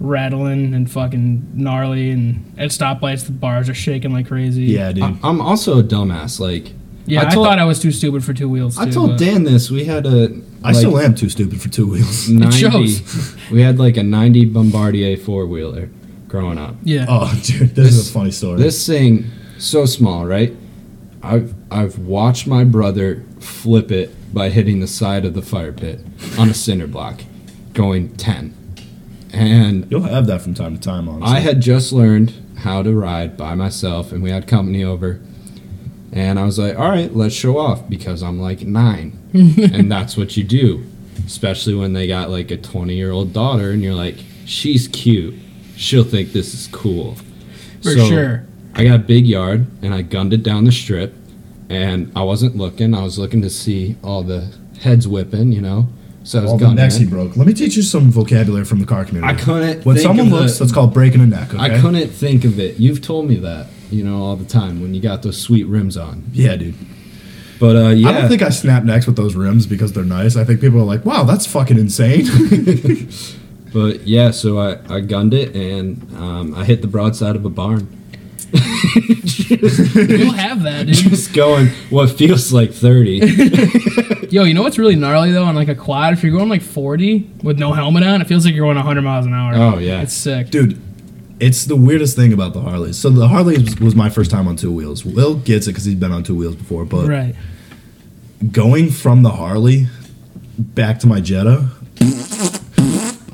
[SPEAKER 3] rattling and fucking gnarly. And at stoplights, the bars are shaking like crazy.
[SPEAKER 1] Yeah, dude.
[SPEAKER 2] I- I'm also a dumbass. Like,
[SPEAKER 3] yeah. I,
[SPEAKER 2] I told-
[SPEAKER 3] thought I was too stupid for two wheels. Too,
[SPEAKER 2] I told
[SPEAKER 3] but-
[SPEAKER 2] Dan this. We had a.
[SPEAKER 1] I still am too stupid for two
[SPEAKER 2] <laughs>
[SPEAKER 1] wheels.
[SPEAKER 2] 90,
[SPEAKER 3] shows.
[SPEAKER 2] <laughs> We had like a 90 Bombardier four wheeler growing up.
[SPEAKER 3] Yeah.
[SPEAKER 1] Oh, dude, this, is
[SPEAKER 2] This-
[SPEAKER 1] a funny story.
[SPEAKER 2] This thing, so small, right? I've I've watched my brother flip it by hitting the side of the fire pit on a cinder block, going ten, and
[SPEAKER 1] You'll have that from time to time, honestly.
[SPEAKER 2] I had just learned how to ride by myself, and we had company over, and I was like, all right, let's show off because I'm like
[SPEAKER 3] <laughs>
[SPEAKER 2] nine, and that's what you do, especially when they got like a twenty year old daughter, and you're like, she's cute, she'll think this is cool,
[SPEAKER 3] For
[SPEAKER 2] So,
[SPEAKER 3] sure.
[SPEAKER 2] I got a big yard and I gunned it down the strip and I wasn't looking. I was looking to see all the heads whipping, you know. So I was
[SPEAKER 1] All the
[SPEAKER 2] gunning.
[SPEAKER 1] necks he
[SPEAKER 2] it.
[SPEAKER 1] broke. Let me teach you some vocabulary from the car community.
[SPEAKER 2] I couldn't
[SPEAKER 1] When
[SPEAKER 2] think
[SPEAKER 1] someone
[SPEAKER 2] of
[SPEAKER 1] looks,
[SPEAKER 2] the-
[SPEAKER 1] that's called breaking a neck. Okay?
[SPEAKER 2] I couldn't think of it. You've told me that, you know, all the time when you got those sweet rims on.
[SPEAKER 1] Yeah, dude.
[SPEAKER 2] But uh yeah.
[SPEAKER 1] I don't think I snap necks with those rims because they're nice. I think people are like, "Wow, that's fucking insane." <laughs>
[SPEAKER 2] but yeah, so I, I gunned it and um, I hit the broadside of a barn. <laughs>
[SPEAKER 3] You'll have that,
[SPEAKER 2] <laughs>
[SPEAKER 3] dude.
[SPEAKER 2] Just going what feels
[SPEAKER 1] <laughs>
[SPEAKER 2] like thirty.
[SPEAKER 3] Yo, you know what's really gnarly though? On like a quad, if you're going like 40 with no helmet on, it feels like you're going 100 miles an hour.
[SPEAKER 2] Oh, yeah.
[SPEAKER 3] It's sick.
[SPEAKER 1] dude it's the weirdest thing about the harleys so the harleys was my first time on two wheels will gets it because he's been on two wheels before but
[SPEAKER 3] Right.
[SPEAKER 1] going from the harley back to my jetta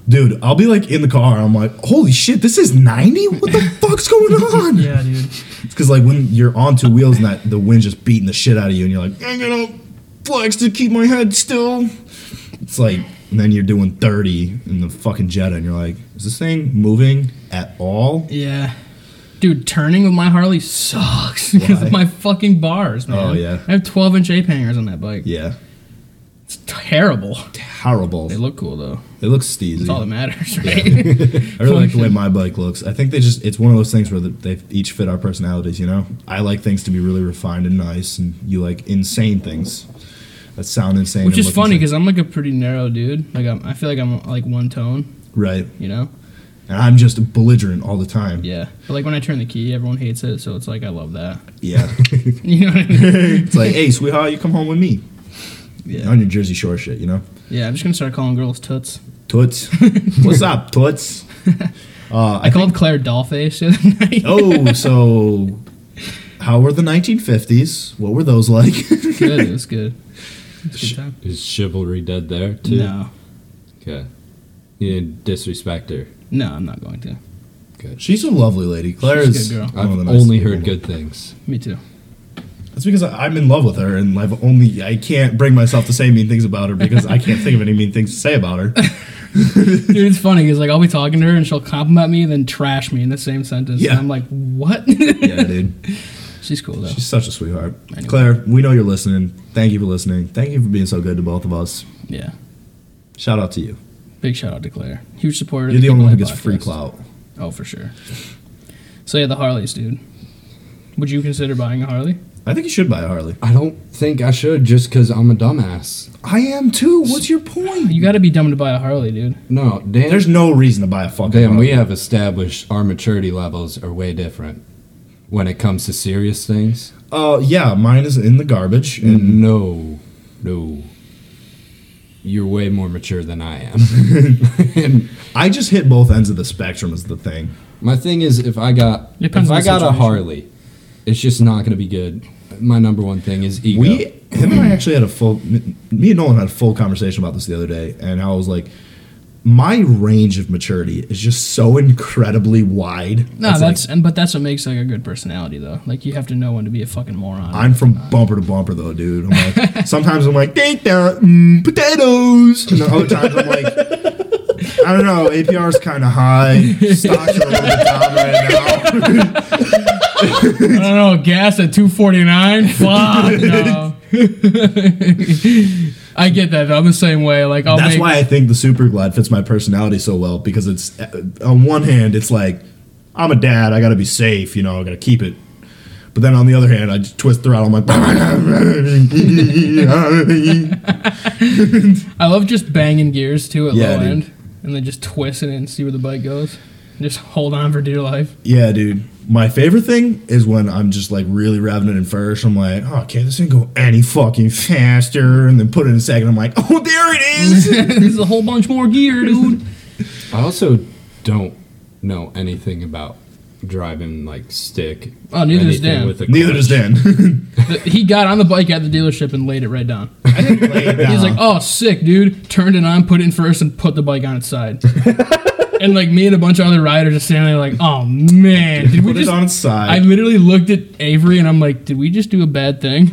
[SPEAKER 1] dude i'll be like in the car i'm like holy shit this is 90 what
[SPEAKER 3] <laughs>
[SPEAKER 1] the fuck's going on
[SPEAKER 3] Yeah, dude.
[SPEAKER 1] it's because like when you're on two wheels and that the wind's just beating the shit out of you and you're like i'm gonna flex to keep my head still It's like, and then you're doing 30 in the fucking Jetta, and you're like, is this thing moving at all?
[SPEAKER 3] Yeah. Dude, turning with my Harley sucks <laughs> because
[SPEAKER 1] Why?
[SPEAKER 3] of my fucking bars, man.
[SPEAKER 1] Oh, yeah.
[SPEAKER 3] I have 12 inch ape hangers on that bike.
[SPEAKER 1] Yeah,
[SPEAKER 3] It's terrible.
[SPEAKER 1] terrible.
[SPEAKER 3] They
[SPEAKER 1] They look,
[SPEAKER 3] look cool, though.
[SPEAKER 1] steezy.
[SPEAKER 3] That's all that matters, right?
[SPEAKER 1] I really like the way my bike looks. I think they just, it's one of those things where the- they each fit our personalities, you know? I like things to be really refined and nice, and you like insane things that sound insane.
[SPEAKER 3] Which
[SPEAKER 1] and
[SPEAKER 3] is
[SPEAKER 1] look
[SPEAKER 3] funny
[SPEAKER 1] insane.
[SPEAKER 3] because I'm like a pretty narrow dude. Like, I'm, I feel like I'm like one tone,
[SPEAKER 1] Right.
[SPEAKER 3] you know?
[SPEAKER 1] And I'm just belligerent all the time.
[SPEAKER 3] Yeah. But like when I turn the key, everyone hates it. So it's like, I love that. <laughs>
[SPEAKER 1] Yeah.
[SPEAKER 3] You know what
[SPEAKER 1] <laughs>
[SPEAKER 3] I mean?
[SPEAKER 1] it's like, hey, sweetheart, you come home with me. Yeah. On your Jersey Shore shit, you know?
[SPEAKER 3] yeah, I'm just going to start calling girls toots.
[SPEAKER 1] Toots. What's up,
[SPEAKER 3] <laughs>
[SPEAKER 1] Toots? Uh,
[SPEAKER 3] I, called Claire Dollface the other <laughs> night.
[SPEAKER 1] Oh, so how were the 1950s? What were those like?
[SPEAKER 3] good. It was good. It was a good time.
[SPEAKER 2] Is chivalry dead there too?
[SPEAKER 3] No.
[SPEAKER 2] Okay. You didn't disrespect her.
[SPEAKER 3] No, I'm not going to.
[SPEAKER 2] Good.
[SPEAKER 1] She's a lovely lady. Claire
[SPEAKER 3] She's a
[SPEAKER 1] is
[SPEAKER 3] good
[SPEAKER 1] one of
[SPEAKER 3] girl.
[SPEAKER 2] I've
[SPEAKER 1] the nicest
[SPEAKER 2] only
[SPEAKER 1] people.
[SPEAKER 2] heard good things.
[SPEAKER 3] Me too.
[SPEAKER 1] That's because I- I'm in love with her, and I've only I can't bring myself to say mean things about her because I can't think of any mean things to say about
[SPEAKER 2] <laughs>
[SPEAKER 1] her.
[SPEAKER 3] <laughs> Dude, it's funny because like I'll be talking to her and she'll compliment me, then trash me in the same sentence.
[SPEAKER 1] Yeah.
[SPEAKER 3] And I'm like, what? <laughs>
[SPEAKER 1] Yeah, dude.
[SPEAKER 3] She's cool though.
[SPEAKER 1] She's such a sweetheart.
[SPEAKER 3] Anyway.
[SPEAKER 1] Claire, we know you're listening. Thank you for listening. Thank you for being so good to both of us.
[SPEAKER 3] yeah.
[SPEAKER 1] Shout out to you.
[SPEAKER 3] Big shout out to Claire. Huge supporter. of
[SPEAKER 1] You're the only one who
[SPEAKER 3] People
[SPEAKER 1] gets
[SPEAKER 3] Live
[SPEAKER 1] free
[SPEAKER 3] Podcast.
[SPEAKER 1] clout.
[SPEAKER 3] Oh, for sure. So yeah, the Harleys, dude. Would you consider buying a Harley?
[SPEAKER 1] I think you should buy a Harley.
[SPEAKER 2] I don't think I should just because I'm a dumbass.
[SPEAKER 1] I am too. What's your point?
[SPEAKER 3] You got to be dumb to buy a Harley, dude.
[SPEAKER 2] No, Dan.
[SPEAKER 1] There's no reason to buy a fucking
[SPEAKER 2] Damn,
[SPEAKER 1] Harley.
[SPEAKER 2] we have established our maturity levels are way different when it comes to serious things.
[SPEAKER 1] Uh, yeah, mine is in the garbage. And
[SPEAKER 2] No, no. You're way more mature than I am. <laughs> and
[SPEAKER 1] I just hit both ends of the spectrum is the thing.
[SPEAKER 2] my thing is, if I got
[SPEAKER 3] Depends
[SPEAKER 2] if
[SPEAKER 3] on
[SPEAKER 2] I
[SPEAKER 3] the
[SPEAKER 2] got a
[SPEAKER 3] situation.
[SPEAKER 2] Harley, it's just not going to be good. My number one thing is ego.
[SPEAKER 1] We, him and I actually had a full, me and Nolan had a full conversation about this the other day, and I was like, my range of maturity is just so incredibly wide.
[SPEAKER 3] No,
[SPEAKER 1] It's like,
[SPEAKER 3] that's and but that's what makes like a good personality though. Like you have to know when to be a fucking moron.
[SPEAKER 1] I'm from bumper to bumper though, dude. I'm like, <laughs> sometimes I'm like, take that, mm, potatoes. And other times I'm like, <laughs> I don't know, APR's kind of high. Stocks are a little bit down right now.
[SPEAKER 3] I don't know, gas
[SPEAKER 1] <laughs>
[SPEAKER 3] at 249? Fuck no. <laughs> I get that. Though. I'm the same way. Like I'll
[SPEAKER 1] That's
[SPEAKER 3] make,
[SPEAKER 1] why I think the Super Glide fits my personality so well because it's uh, on one hand it's like I'm a dad, I gotta be safe, you know, I gotta keep it. But then on the other hand, I just twist the throttle. I'm like,
[SPEAKER 3] I love just banging gears too at
[SPEAKER 1] Yeah,
[SPEAKER 3] low
[SPEAKER 1] dude.
[SPEAKER 3] end, and then just twist it and see where the bike goes. And just hold on for dear life.
[SPEAKER 1] <laughs>
[SPEAKER 3] <laughs>
[SPEAKER 1] yeah, dude. My favorite thing is when I'm just like really revving it in first. I'm like, oh, okay, this didn't go any fucking faster. And then put it in second. I'm like, <laughs> oh, there it is.
[SPEAKER 3] <laughs> There's a whole bunch more
[SPEAKER 1] <laughs>
[SPEAKER 3] gear, dude.
[SPEAKER 2] I also don't know anything about driving like stick.
[SPEAKER 3] Oh, neither does
[SPEAKER 2] anything
[SPEAKER 3] Dan.
[SPEAKER 2] with a
[SPEAKER 1] Neither
[SPEAKER 2] clutch.
[SPEAKER 1] does Dan.
[SPEAKER 3] But he got on the bike at the dealership and laid it right down. <laughs> He's
[SPEAKER 1] He's
[SPEAKER 3] like, "Oh, sick, dude!" Turned it on, put it in first, and put the bike on
[SPEAKER 1] <laughs>
[SPEAKER 3] its side. and like me and a bunch of other riders just standing there, like, "Oh man, did we
[SPEAKER 1] put it
[SPEAKER 3] just?"
[SPEAKER 1] on its side.
[SPEAKER 3] I literally looked at Avery and I'm like, "Did we just do a bad thing?"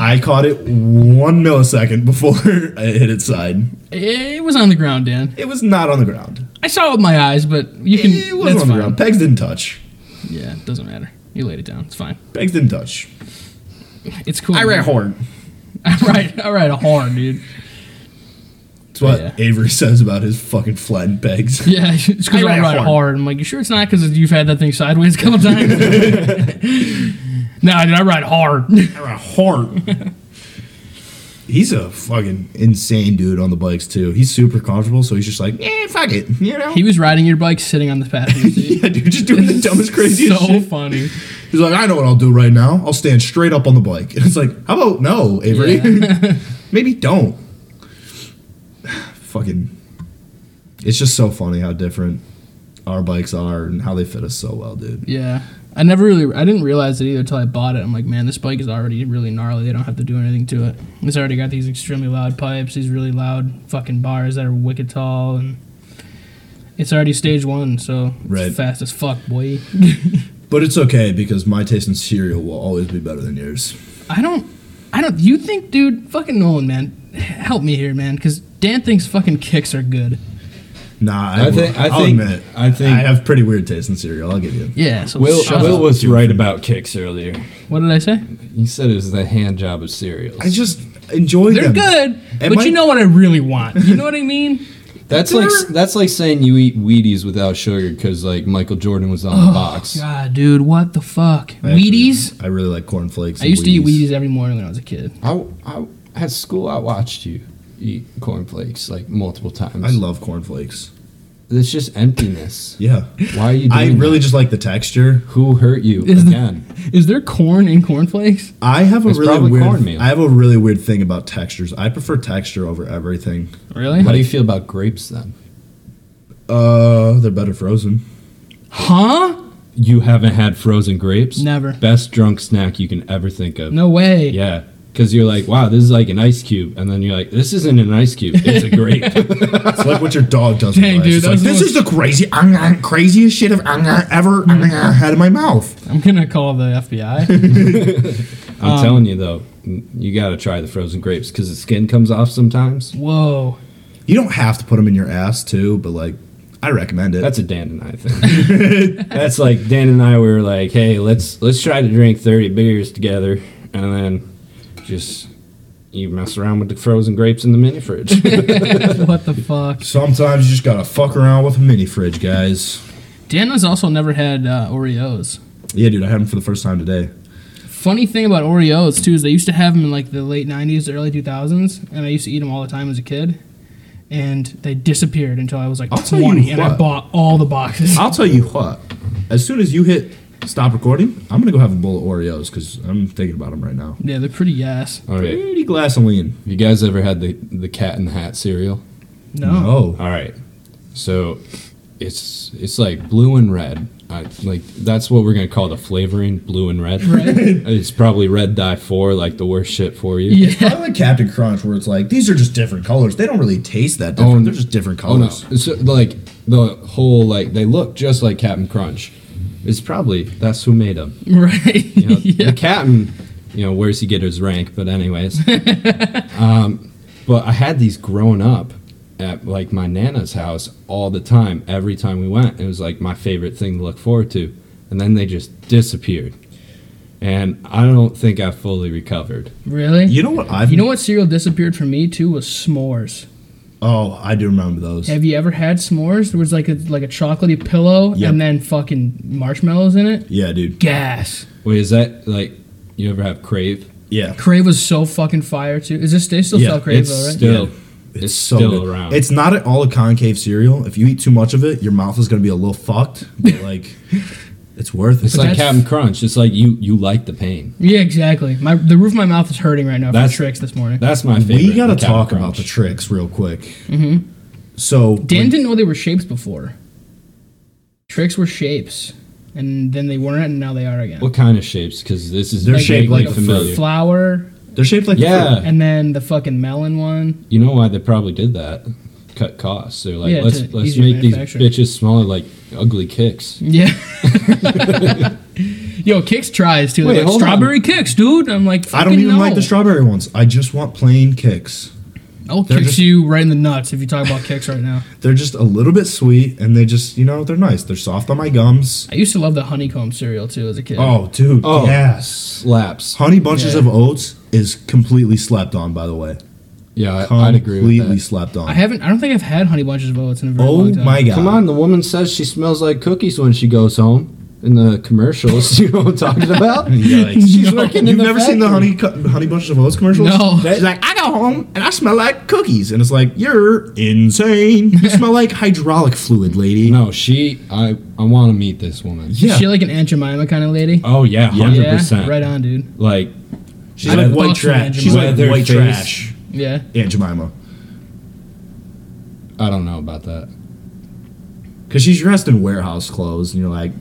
[SPEAKER 3] <laughs>
[SPEAKER 1] I caught it one millisecond before <laughs> it hit its side.
[SPEAKER 3] it was on the ground, Dan.
[SPEAKER 1] It was not on the ground.
[SPEAKER 3] I saw it with my eyes, but you can.
[SPEAKER 1] It was
[SPEAKER 3] that's
[SPEAKER 1] on the
[SPEAKER 3] fine.
[SPEAKER 1] ground. Pegs didn't touch.
[SPEAKER 3] Yeah, it doesn't matter. You laid it down. It's fine.
[SPEAKER 1] Pegs didn't touch.
[SPEAKER 3] It's cool. <laughs>
[SPEAKER 1] hard.
[SPEAKER 3] I ride. I ride a horn, dude.
[SPEAKER 1] That's what
[SPEAKER 3] Yeah.
[SPEAKER 1] Avery <laughs> says about his fucking flattened pegs.
[SPEAKER 3] <laughs> Yeah, it's because I,
[SPEAKER 1] I ride a
[SPEAKER 3] ride
[SPEAKER 1] horn.
[SPEAKER 3] hard. I'm like, you sure it's not because you've had that thing sideways a <laughs> couple times? nah, dude, I ride hard.
[SPEAKER 1] They're a heart. <laughs> he's a fucking insane dude on the bikes too. He's super comfortable, so he's just like, eh, fuck it, you know.
[SPEAKER 3] <laughs> he was riding your bike sitting on the passenger <laughs>
[SPEAKER 1] <laughs>
[SPEAKER 3] seat.
[SPEAKER 1] yeah, dude, just doing the dumbest, craziest
[SPEAKER 3] so
[SPEAKER 1] shit.
[SPEAKER 3] <laughs> funny.
[SPEAKER 1] He's like, I know what I'll do right now. I'll stand straight up on the bike. <laughs> And it's like, how about no, Avery? <laughs> Maybe don't. <sighs> Fucking. It's just so funny how different our bikes are and how they fit us so well, dude.
[SPEAKER 3] <laughs> Yeah. I never really, I didn't realize it either until I bought it. I'm like, man, this bike is already really gnarly. They don't have to do anything to it. It's already got these extremely loud pipes, these really loud fucking bars that are wicked tall, and it's already stage one, so it's
[SPEAKER 1] Right.
[SPEAKER 3] fast as fuck, boy.
[SPEAKER 1] But it's okay because my taste in cereal will always be better than yours.
[SPEAKER 3] I don't, I don't. You think, dude? Fucking Nolan, man. Help me here, man. Because Dan thinks fucking kicks are good.
[SPEAKER 1] Nah, I,
[SPEAKER 2] I think-
[SPEAKER 1] will,
[SPEAKER 2] I
[SPEAKER 1] I'll
[SPEAKER 2] think-
[SPEAKER 1] admit.
[SPEAKER 2] I think-
[SPEAKER 1] Oh, I have pretty weird taste in cereal. I'll give you.
[SPEAKER 3] Yeah. So
[SPEAKER 2] Will,
[SPEAKER 3] shut
[SPEAKER 2] Will
[SPEAKER 3] up.
[SPEAKER 2] was right about kicks earlier.
[SPEAKER 3] what did I say?
[SPEAKER 2] He said it was the hand job of cereals.
[SPEAKER 1] I just enjoy
[SPEAKER 3] They're
[SPEAKER 1] them.
[SPEAKER 3] good,
[SPEAKER 1] Am
[SPEAKER 3] but
[SPEAKER 1] I-
[SPEAKER 3] you know what I really want. You know what
[SPEAKER 2] <laughs>
[SPEAKER 3] I mean?
[SPEAKER 2] that's like that's like saying you eat Wheaties without sugar because like Michael Jordan was on the box.
[SPEAKER 3] Oh, God, dude, what the fuck?
[SPEAKER 1] I actually-
[SPEAKER 3] Wheaties.
[SPEAKER 1] I really like cornflakes.
[SPEAKER 3] I
[SPEAKER 1] and
[SPEAKER 3] used to eat
[SPEAKER 1] Wheaties.
[SPEAKER 3] Wheaties every morning when I was a kid.
[SPEAKER 2] I, I at school I watched you eat cornflakes like multiple times.
[SPEAKER 1] I love cornflakes.
[SPEAKER 2] it's just emptiness. <laughs>
[SPEAKER 1] Yeah.
[SPEAKER 2] Why are you? Doing
[SPEAKER 1] I really
[SPEAKER 2] that?
[SPEAKER 1] just like the texture.
[SPEAKER 2] Who hurt you
[SPEAKER 3] Is the-
[SPEAKER 2] again?
[SPEAKER 3] Is there corn in cornflakes?
[SPEAKER 1] I have a
[SPEAKER 2] It's
[SPEAKER 1] really
[SPEAKER 2] probably
[SPEAKER 1] weird.
[SPEAKER 2] cornmeal.
[SPEAKER 1] I have a really weird thing about textures. I prefer texture over everything.
[SPEAKER 3] Really? <laughs>
[SPEAKER 2] How do you feel about grapes then?
[SPEAKER 1] Uh, they're better frozen.
[SPEAKER 3] Huh?
[SPEAKER 2] You haven't had frozen grapes?
[SPEAKER 3] Never.
[SPEAKER 2] Best drunk snack you can ever think of.
[SPEAKER 3] No way.
[SPEAKER 2] Yeah. Because you're like, wow, this is like an ice cube. And then you're like, this isn't an ice cube. It's a
[SPEAKER 3] <laughs>
[SPEAKER 2] grape.
[SPEAKER 1] It's like what your dog does. with
[SPEAKER 3] Dang,
[SPEAKER 1] ice.
[SPEAKER 3] dude,
[SPEAKER 1] It's
[SPEAKER 3] that
[SPEAKER 1] like,
[SPEAKER 3] was the
[SPEAKER 1] this
[SPEAKER 3] most-
[SPEAKER 1] is the crazy, uh, uh, craziest shit I've uh, ever uh, had in my mouth.
[SPEAKER 3] I'm gonna call the
[SPEAKER 2] <laughs>
[SPEAKER 3] FBI.
[SPEAKER 2] I'm
[SPEAKER 3] Um,
[SPEAKER 2] telling you, though, n- you got to try the frozen grapes because the skin comes off sometimes.
[SPEAKER 3] Whoa. <laughs>
[SPEAKER 1] You don't have to put them in your ass too, but like, I recommend it.
[SPEAKER 2] That's a Dan and I thing.
[SPEAKER 3] <laughs>
[SPEAKER 2] That's like Dan and I were like, hey, let's let's try to drink 30 beers together. And then just you mess around with the frozen grapes in the mini fridge. <laughs>
[SPEAKER 3] what the fuck?
[SPEAKER 1] Sometimes you just gotta fuck around with a mini fridge, guys.
[SPEAKER 3] Dan has also never had uh, Oreos.
[SPEAKER 1] Yeah, dude, I had them for the first time today.
[SPEAKER 3] Funny thing about Oreos too is they used to have them in like the late '90s, early 2000s, and I used to eat them all the time as a kid. And they disappeared until I was like
[SPEAKER 1] I'll tell you
[SPEAKER 3] 20, and I
[SPEAKER 1] what.
[SPEAKER 3] bought all the boxes.
[SPEAKER 1] I'll tell you what. As soon as you hit stop recording, I'm gonna go have a bowl of Oreos because I'm thinking about them right now.
[SPEAKER 3] <laughs> yeah, they're pretty ass.
[SPEAKER 2] All right.
[SPEAKER 1] Pretty glass and lean.
[SPEAKER 2] You guys ever had the, the cat in the hat cereal?
[SPEAKER 3] No. <laughs>
[SPEAKER 1] Oh,
[SPEAKER 2] All right. So it's it's like blue and red. I, like that's what we're gonna call the flavoring, blue and red. <laughs>
[SPEAKER 3] Right.
[SPEAKER 2] it's probably red dye four, like the worst shit for you.
[SPEAKER 1] I
[SPEAKER 3] Yeah.
[SPEAKER 1] like Captain Crunch, where it's like these are just different colors. They don't really taste that different.
[SPEAKER 2] Oh,
[SPEAKER 1] They're just different
[SPEAKER 2] Oh no!
[SPEAKER 1] colors.
[SPEAKER 2] So, like the whole like they look just like Captain Crunch. It's probably that's who made them.
[SPEAKER 3] Right.
[SPEAKER 2] You know,
[SPEAKER 3] yeah.
[SPEAKER 2] The captain, you know, where's he get his rank? But
[SPEAKER 3] <laughs>
[SPEAKER 2] anyways, um, but I had these growing up at like my nana's house all the time. Every time we went, it was like my favorite thing to look forward to, and then they just disappeared, and I don't think I fully recovered.
[SPEAKER 3] <laughs> Really?
[SPEAKER 1] You know what I've?
[SPEAKER 3] You know what cereal disappeared from me too was s'mores.
[SPEAKER 1] Oh, I do remember those.
[SPEAKER 3] Have you ever had s'mores? There was like a like a chocolatey pillow
[SPEAKER 1] Yep.
[SPEAKER 3] and then fucking marshmallows in it.
[SPEAKER 1] Yeah, dude.
[SPEAKER 3] Gas.
[SPEAKER 2] Wait, is that like you ever have crave?
[SPEAKER 1] Yeah.
[SPEAKER 3] Crave was so fucking fire too. Is this they still
[SPEAKER 1] Yeah,
[SPEAKER 3] sell Crave
[SPEAKER 2] it's
[SPEAKER 3] though, right?
[SPEAKER 2] still
[SPEAKER 1] Yeah.
[SPEAKER 2] it's, still
[SPEAKER 1] good.
[SPEAKER 2] around.
[SPEAKER 1] It's not at all a concave cereal. If you eat too much of it, your mouth is gonna be a little fucked.
[SPEAKER 3] <laughs>
[SPEAKER 1] But like, it's worth it.
[SPEAKER 2] it's like
[SPEAKER 3] that's-
[SPEAKER 2] Captain Crunch. It's like you you like the pain.
[SPEAKER 3] yeah, exactly. My the roof of my mouth is hurting right now from
[SPEAKER 2] That's-
[SPEAKER 3] tricks this morning.
[SPEAKER 2] That's my favorite.
[SPEAKER 1] we gotta
[SPEAKER 2] the Captain
[SPEAKER 1] talk about
[SPEAKER 2] Crunch.
[SPEAKER 1] the tricks real quick. Mm-hmm. So
[SPEAKER 3] Dan didn't know they were shapes before. Tricks were shapes, and then they weren't, and now they are again.
[SPEAKER 2] What kind of shapes? Because this is
[SPEAKER 1] They're shaped
[SPEAKER 2] vaguely
[SPEAKER 1] like a
[SPEAKER 2] familiar.
[SPEAKER 3] Flower,
[SPEAKER 1] they're shaped like
[SPEAKER 2] Yeah.
[SPEAKER 3] and then the fucking melon one.
[SPEAKER 2] You know why they probably did that? Cut costs. They're like,
[SPEAKER 3] Yeah,
[SPEAKER 2] let's
[SPEAKER 3] to
[SPEAKER 2] let's
[SPEAKER 3] easier
[SPEAKER 2] make these
[SPEAKER 3] manufacture.
[SPEAKER 2] bitches smaller, like ugly kicks.
[SPEAKER 3] Yeah. <laughs> Yo, kicks tries too. They're
[SPEAKER 2] Wait,
[SPEAKER 3] like,
[SPEAKER 2] hold on.
[SPEAKER 3] strawberry kicks, dude. I'm like,
[SPEAKER 1] I don't
[SPEAKER 3] fucking
[SPEAKER 1] even
[SPEAKER 3] no.
[SPEAKER 1] like the strawberry ones. I just want plain kicks.
[SPEAKER 3] I'll
[SPEAKER 1] They're
[SPEAKER 3] kicks
[SPEAKER 1] just-
[SPEAKER 3] you right in the nuts if you talk about kicks right now.
[SPEAKER 1] They're just a little bit sweet, and they just you know they're nice. They're soft on my gums.
[SPEAKER 3] I used to love the honeycomb cereal too as a kid.
[SPEAKER 1] Oh, dude,
[SPEAKER 2] Oh.
[SPEAKER 1] yes.
[SPEAKER 2] Slaps.
[SPEAKER 1] Honey bunches
[SPEAKER 3] Yeah.
[SPEAKER 1] of oats is completely slept on. By the way,
[SPEAKER 2] Yeah, I, I'd agree
[SPEAKER 1] completely
[SPEAKER 2] with that.
[SPEAKER 1] slept on.
[SPEAKER 3] I haven't. I don't think I've had honey bunches of oats in a very
[SPEAKER 1] oh
[SPEAKER 3] long time.
[SPEAKER 1] my god!
[SPEAKER 2] Come on, the woman says she smells like cookies when she goes home in the commercials. <laughs> you know what I'm talking
[SPEAKER 3] <laughs>
[SPEAKER 2] about?
[SPEAKER 1] Yikes.
[SPEAKER 2] She's
[SPEAKER 3] No.
[SPEAKER 2] working in
[SPEAKER 1] You've
[SPEAKER 2] the
[SPEAKER 1] never seen the
[SPEAKER 2] factory.
[SPEAKER 1] honey cu- honey bunches of oats commercials?
[SPEAKER 3] No.
[SPEAKER 1] That- like I go home and I smell like cookies, and it's like you're insane. You smell like hydraulic fluid, lady.
[SPEAKER 2] No, she. I I want to meet this woman.
[SPEAKER 3] Is she like an Aunt Jemima kind of lady?
[SPEAKER 2] Oh yeah, hundred
[SPEAKER 3] yeah,
[SPEAKER 2] percent.
[SPEAKER 3] right on, dude.
[SPEAKER 2] Like
[SPEAKER 1] she's
[SPEAKER 3] I'm
[SPEAKER 1] like
[SPEAKER 3] a
[SPEAKER 1] white
[SPEAKER 3] boss man,
[SPEAKER 1] trash. She's
[SPEAKER 2] Jemima.
[SPEAKER 1] like
[SPEAKER 2] Weather
[SPEAKER 1] white
[SPEAKER 2] face.
[SPEAKER 1] trash.
[SPEAKER 3] Yeah,
[SPEAKER 1] Aunt Jemima,
[SPEAKER 2] I don't know about that.
[SPEAKER 1] because she's dressed in warehouse clothes, and you're like,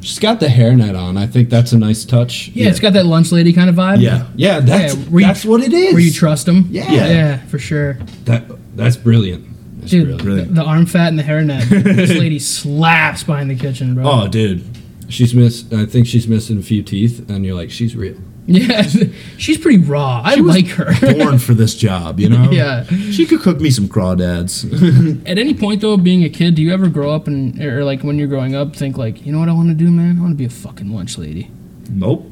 [SPEAKER 2] She's got the hairnet on. I think that's a nice touch.
[SPEAKER 3] yeah. It's got that lunch lady kind of vibe.
[SPEAKER 1] yeah,
[SPEAKER 2] Yeah, that's
[SPEAKER 3] Yeah, were you-
[SPEAKER 2] that's what it is.
[SPEAKER 3] Where you trust them?
[SPEAKER 2] Yeah.
[SPEAKER 3] yeah, for sure,
[SPEAKER 2] that that's brilliant. That's
[SPEAKER 3] dude.
[SPEAKER 2] brilliant.
[SPEAKER 1] Brilliant.
[SPEAKER 3] The arm fat and the hairnet. this
[SPEAKER 1] <laughs>
[SPEAKER 3] lady slaps behind the kitchen, bro.
[SPEAKER 1] Oh, dude.
[SPEAKER 2] She's miss. I think she's missing a few teeth, and you're like, she's real.
[SPEAKER 3] <laughs> Yeah, she's pretty raw. I
[SPEAKER 1] She was
[SPEAKER 3] like her.
[SPEAKER 1] Born for this job, you know.
[SPEAKER 3] Yeah.
[SPEAKER 1] She could cook me some crawdads.
[SPEAKER 3] <laughs> At any point though, being a kid, do you ever grow up and or like when you're growing up, think like, you know what I want to do, man? I want to be a fucking lunch lady.
[SPEAKER 1] nope.